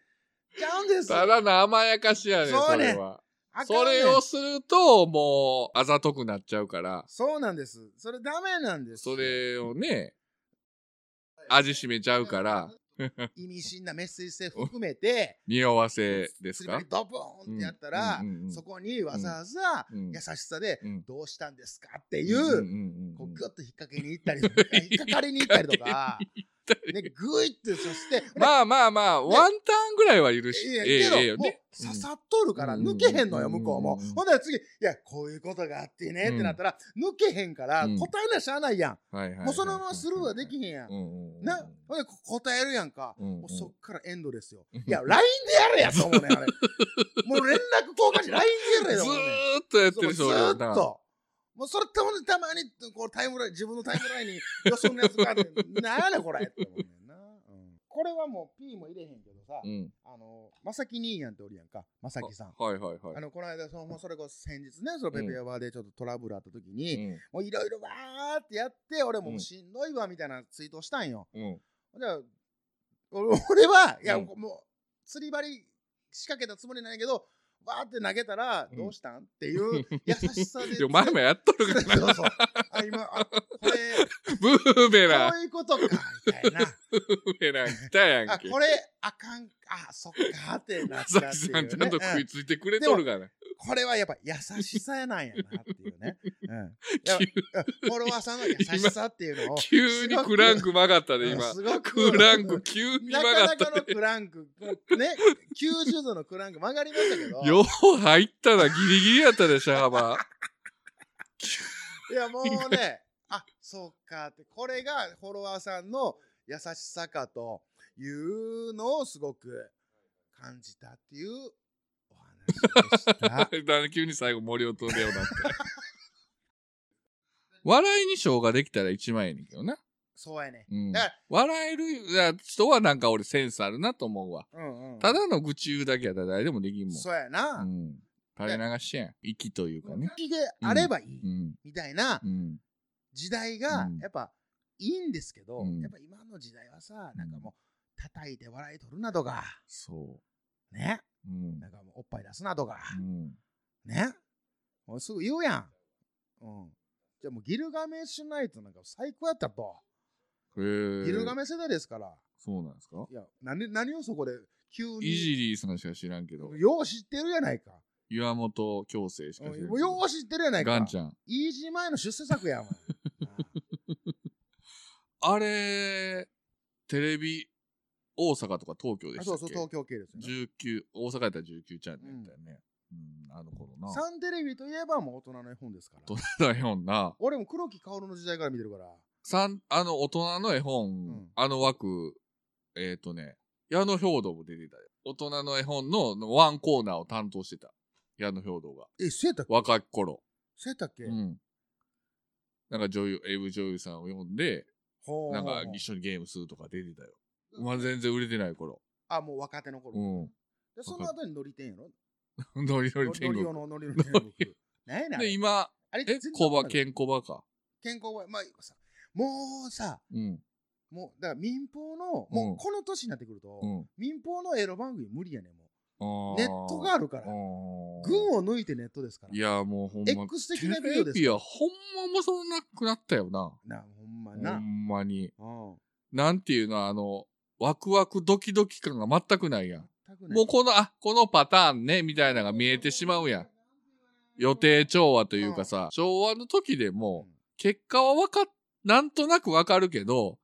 ちゃうんです。ただの甘やかしやねん、そそうねれは。あかそんねんれをすると、もう、あざとくなっちゃうから、そうなんです。それダメなんです。それをね、味しめちゃうから、 意味深なメッセージ性含めて、匂わせです釣りか針ドボーンってやったら、うんうんうんうんそこにわざわざうん優しさで、うんどうしたんですかっていうんうんう、うんこううんグッと引っ掛けに行ったりとか、引っ掛かりに行ったりとか、ね、グイってそ して、 まあまあまあ、ワンタンぐらいは許し、いやええけど、ええよもうね。刺さっとるからうん抜けへんのよ、向こうもうん。ほんなら次、いや、こういうことがあってねってなったら、抜けへんから、うん答えなしゃあないやん。はいはいはいもうそのままスルーはできへんやんう。んうんうんな、ほんでこ答えるやんか。うんうんもうそっからエンドですよ。いや、LINE でやれやと思うねん、あれ。もう連絡交換して LINE でやれずよ、ー思うねんっとやってるそう人ず俺ーはっなと。もうそれたまに、たまに、こう、タイムライン、自分のタイムライン に予想のやつがあって、なんやねんこれって思うねんな。うんこれはもう P も入れへんけどさ、うん。あの、まさき兄やんっておるやんか、まさきさん。はいはいはいあ。のこの間その、もうそれこそ先日ね、そのペペワでちょっとトラブルあった時に、うもういろいろわーってやって、俺もうんしんどいわみたいなツイートをしたんよ。ん。うん。じゃあ、俺俺は、いや、うんもう、釣り針仕掛けたつもりなんやけど、わーって投げたら、うんどうしたんって いう優しさで。でも前もやっとるからな。 そうそう。あ、今、あ、これ、 ブーメランこ、ういうことか、みたい な。ブーメラン来たやんあ、け。これ、あかん、あ、そっか、ってなったさっきていう、さ ね。んちゃんと食うんいついてくれとるから。これはやっぱ優しさやなんやなっていうね。うん、や 急フォロワーさんの優しさっていう のを。急にクランク曲がったで、う今んすご。くクランク急にな曲がかなっかたので。クランク、ね、90度のクランク曲がりましたけど、よう入ったな、ギリギリやったで、シャーバー。いやもうね、あそうかって、これがフォロワーさんの優しさかというのをすごく感じたっていうお話で した。だね急に最後森を飛べようになって。笑いに賞ができたら一番いいねんけどな。そうやね。うんだか笑える人はなんか俺センスあるなと思うわ。ら、うんうん、ただの愚痴言うだけやったら誰でもできんもん。そうやな。ん。垂れ流しやん。息というかね。気であればいいうん。みたいなうん。時代がうんやっぱいいんですけど、うんやっぱ今の時代はさ、なんかもう叩いて笑い取るなとか、そね、う。うんな。んかもうおっぱい出すなとか、うん。ね、もうすぐ言うやん。うん。じゃあもうギルガメッシュナイトなんか最高やったと。へえ。ギルガメ世代ですから。そうなんですかいや、何何をそこで急イジに。リーさんしか知らんけど、よう知ってるやないか。岩本京成しか知らんうけんど。もうよう知ってるやないか。ガンちゃん。イージー前の出世作 やん。あれ、テレビ、大阪とか東京でしたっけあそうそう、東京系ですよね。 19大阪やったら19チャンネルだよね、うんあの頃なサンテレビといえばもう大人の絵本ですから大。人の絵本な俺も黒木薫の時代から見てるから。さんあの大人の絵本、んあの枠えっ、ー、とね矢野兵道も出てたよ大人の絵本ののワンコーナーを担当してた矢野兵道がえ、せやったっけ若き頃せやったっけうんなんか女優 AV 女優さんを呼んでほうなんか一緒にゲームするとか出てたよ、まあ、全然売れてない頃あ、もう若手の頃。うんで、その後に乗り天やろノリノリ天乗り用国の乗りの 天国。何やねんあれで今あれえ全然小わかバんない健小バか健康は、まあさ、もうさ、うんもう、だから民放の、うもんうこの年になってくると、うん民放のエロ番組無理やねんもあう。ネーットがあるから。群群を抜いてネットですから。いや、もうほんま。 X 的なビデオテレですビはほんまもうそんなくなったよな。な、ほんまほな。んまに。うん。なんていうの、あの、ワクワクドキドキ感が全くないやん。全くねもうこの、あ、このパターンね、みたいなのが見えてしまうやん。予定調和というかさ、昭和の時でも、結果はわかっ、なんとなくわかるけど、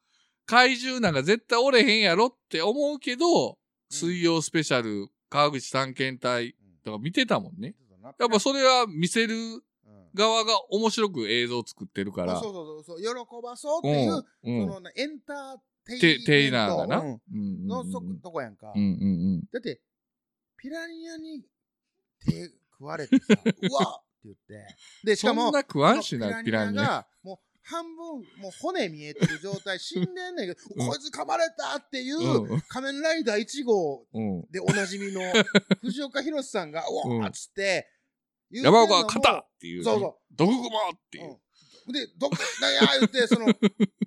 怪獣なんか絶対おれへんやろって思うけど、水曜スペシャル、川口探検隊うんとか見てたもんね。ちょっとなやっぱそれは見せるうん側が面白く映像を作ってるから。そうそうそうそう、喜ばそうっていう、うん。うそん。のエンターテて、イてメンいトながな。ううんん。うんのそうんとこやんかう。んうんだって、ピラニアに手食われ てさ、うわっって言って。で、うん。しかそもん、な食わんしな、そのピラニア。が、もう半分、もう骨見えてる状態、死んでんねんけど、うんこいつ噛まれたっていうう、仮面ライダー1号うん。でおなじみの藤岡弘さんが、ううんわっつって、言うてんの 山も岡は勝ったっていうね。そうそ毒蜘蛛っていうう。うん。で、どっなんや言って、そ の、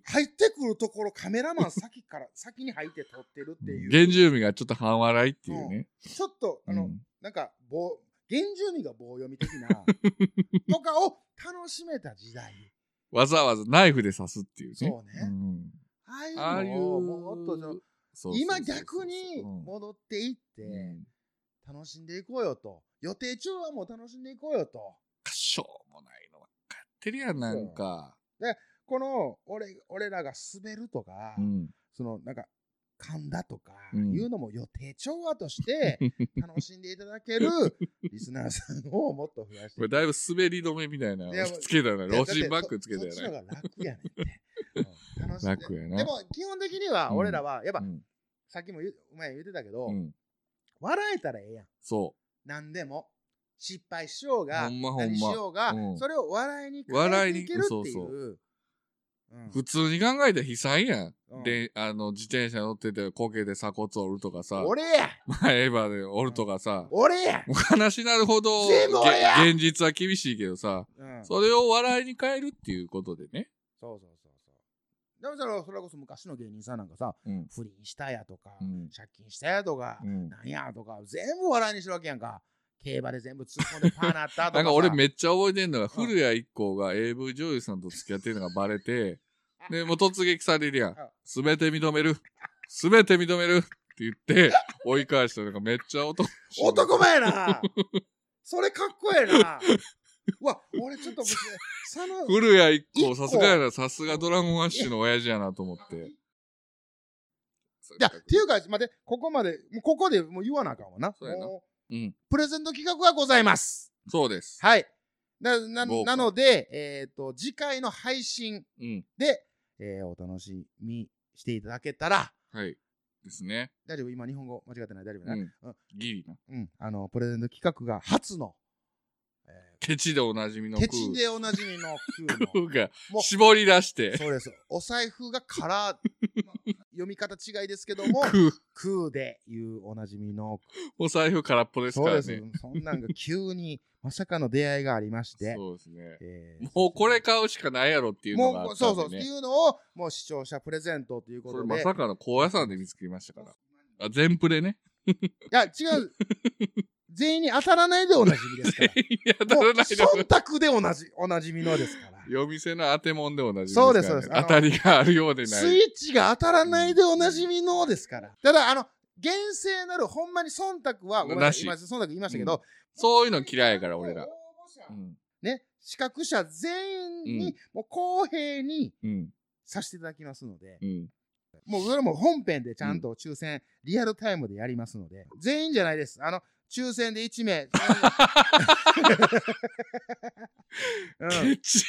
入ってくるところ、カメラマン先から、先に入って撮ってるっていう、原住民がちょっと半笑いっていうね。ちょっと、あうのん、なんか、棒、原住民が棒読み的 な、とかを楽しめた時代。わざわざナイフで刺すっていうね。そうねんああああいいうのをもっとそのう。そう今そうそうそう逆にうん戻っていってうん楽しんでいこうよと予定中はもう楽しんでいこうよとしょうもないのばっかやってるやん、なんか。この俺俺らが滑るとか、うん。そのなんか噛んだとかうんいうのも予定調和として 楽しんでいただけるリスナーさんをもっと増やしてこ れだいぶ滑り止めみたいなのいやつけたよね。いやロシンバッグつけただってそよね。そっちの方が楽やねんって、うん楽しんで楽やな。でも基本的には俺らはやっぱ、うん、さっきも言うお前言ってたけど、うん笑えたらええやんそ何でも失敗しようが、ほんまほんま何しようが、うんそれを笑いに笑変えいてにいけるっていう。そうそううんう。普通に考えたら悲惨やん。うんで、あの、自転車乗ってて、コケで鎖骨折るとかさ、俺や前歯で折るとかさ、俺や、もう悲しなるほど、全部俺やげ現実は厳しいけどさ、うんそうそれを笑いに変えるっていうことでね。そうそうそう。でもそれそれこそ昔の芸人さんなんかさ、うん。不倫したやとか、うん借金したやとか、うんなんやとか、全部笑いにしてるわけやんか。競馬で全部突っ込んでパーなったとかさ。なんか俺めっちゃ覚えてんのが、古谷一行が AV 女優さんと付き合ってるのがバレて、で、もう突撃されるやんうん。すべて認める。すべて認めるって言って、追い返したのがめっちゃ男。男前や なそれかっこええなうわ、俺ちょっと別に、その、古谷一一行行、さすがやな、さすがドラゴンアッシュの親父やなと思って。いや、っていうか、待って、ここまで、もうここでもう言わなあかんわな。そうやなもうんプレゼント企画がございます。そうです。はい。な、な、豪な華ので、えっ、と、次回の配信うん。で、えーお楽しみしていただけたら、はい。ですね。大丈夫今、日本語間違ってない大丈夫うな、ん。ギリな。うん、あの、プレゼント企画が初の、ケチでおなじみのケ空チでおなじみの空の。がもう絞り出して、そうです。お財布がから、読み方違いですけども、空、空でいうおなじみのお財布空っぽですそかうらでね。す、そんなんが急にまさかの出会いがありまして、そうですね。えーもうこれ買うしかないやろっていうのがあもうったそんうそうで、ね、っていうのをもう視聴者プレゼントというこそれとまでさかの高野山で見つけましたから。あ、全プレね。いや違う全員に当たら ないでおなじみですからいや、だもうらないでも忖度でおなじおなじみのですから夜店の当てもんで同じみそうですからねそうですあの当たりがあるようでなスい。イッチが当たらないでおなじみのですからただあの厳正なるほんまに忖度はごめんななさいし今忖度言いましたけど、そういうの嫌いやから、俺ら。うん。ね資格者全員に、うんもう公平にうん。させていただきますので、うん。もうそれも本編でちゃんと抽選、リアルタイムでやりますので、全員じゃないです。あの、抽選で1名。 うん、いケチ、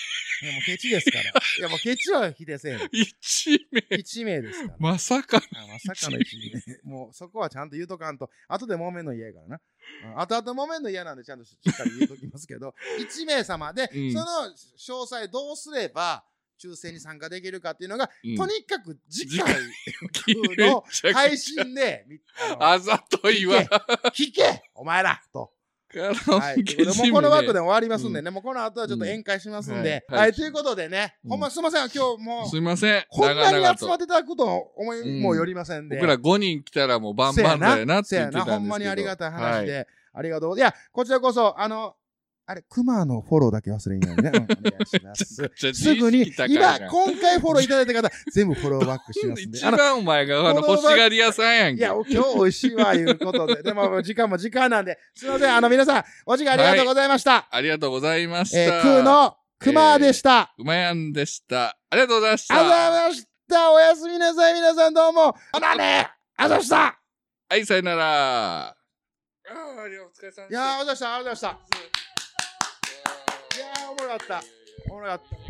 やもうケチですから。いやもうケチは否定せん。一名。 1名ですから。まさか。あまさかの1名。もうそこはちゃんと言うとかんと、後で揉めんの嫌やからな。うん後々揉めんの嫌なんでちゃんとししっかり言うときますけど、1名様で、うんその詳細どうすれば抽選に参加できるかっていうのが、うんとにかく次回めのちゃく配信 で、みああざといわ。の聞けお前らと。はい。ということでもうこの枠で終わりますんでね、もうこの後はちょっと宴会しますんで。うんは、はいいということでね、うんほんますいません、今日もすう、いません。こんなに々集まっと。ていただくとは思いうんもよりませんで。僕ら5人来たらもうバンバンだよなってせ言っやな、てたんですけほど。んまにありがたい話はで。ありがとう。いや、こちらこそ、あの、あれ、熊のフォローだけ忘れんよ うにね。うんお願いしまい。す。 ちょっとすぐに意識、高いな今、今回フォローいただいた方、全部フォローバックしますんで。 一あの番お前があのこの欲しがり屋さんやんいけ。や、今日美味しいわ、いうこと で。でも、時間も時間なんで。すいません、あの、皆さん、お時間ありがとうございました。ありがとうございました。えー、空の熊でした。うまやんでした。ありがとうございました。あざました。おやすみなさい、皆さんどうも。ほなね、あざました。はい、さよなら。あー、お疲れ様でいやー、あざました、あざました。いやー、おもろかった。かった。おもろかった。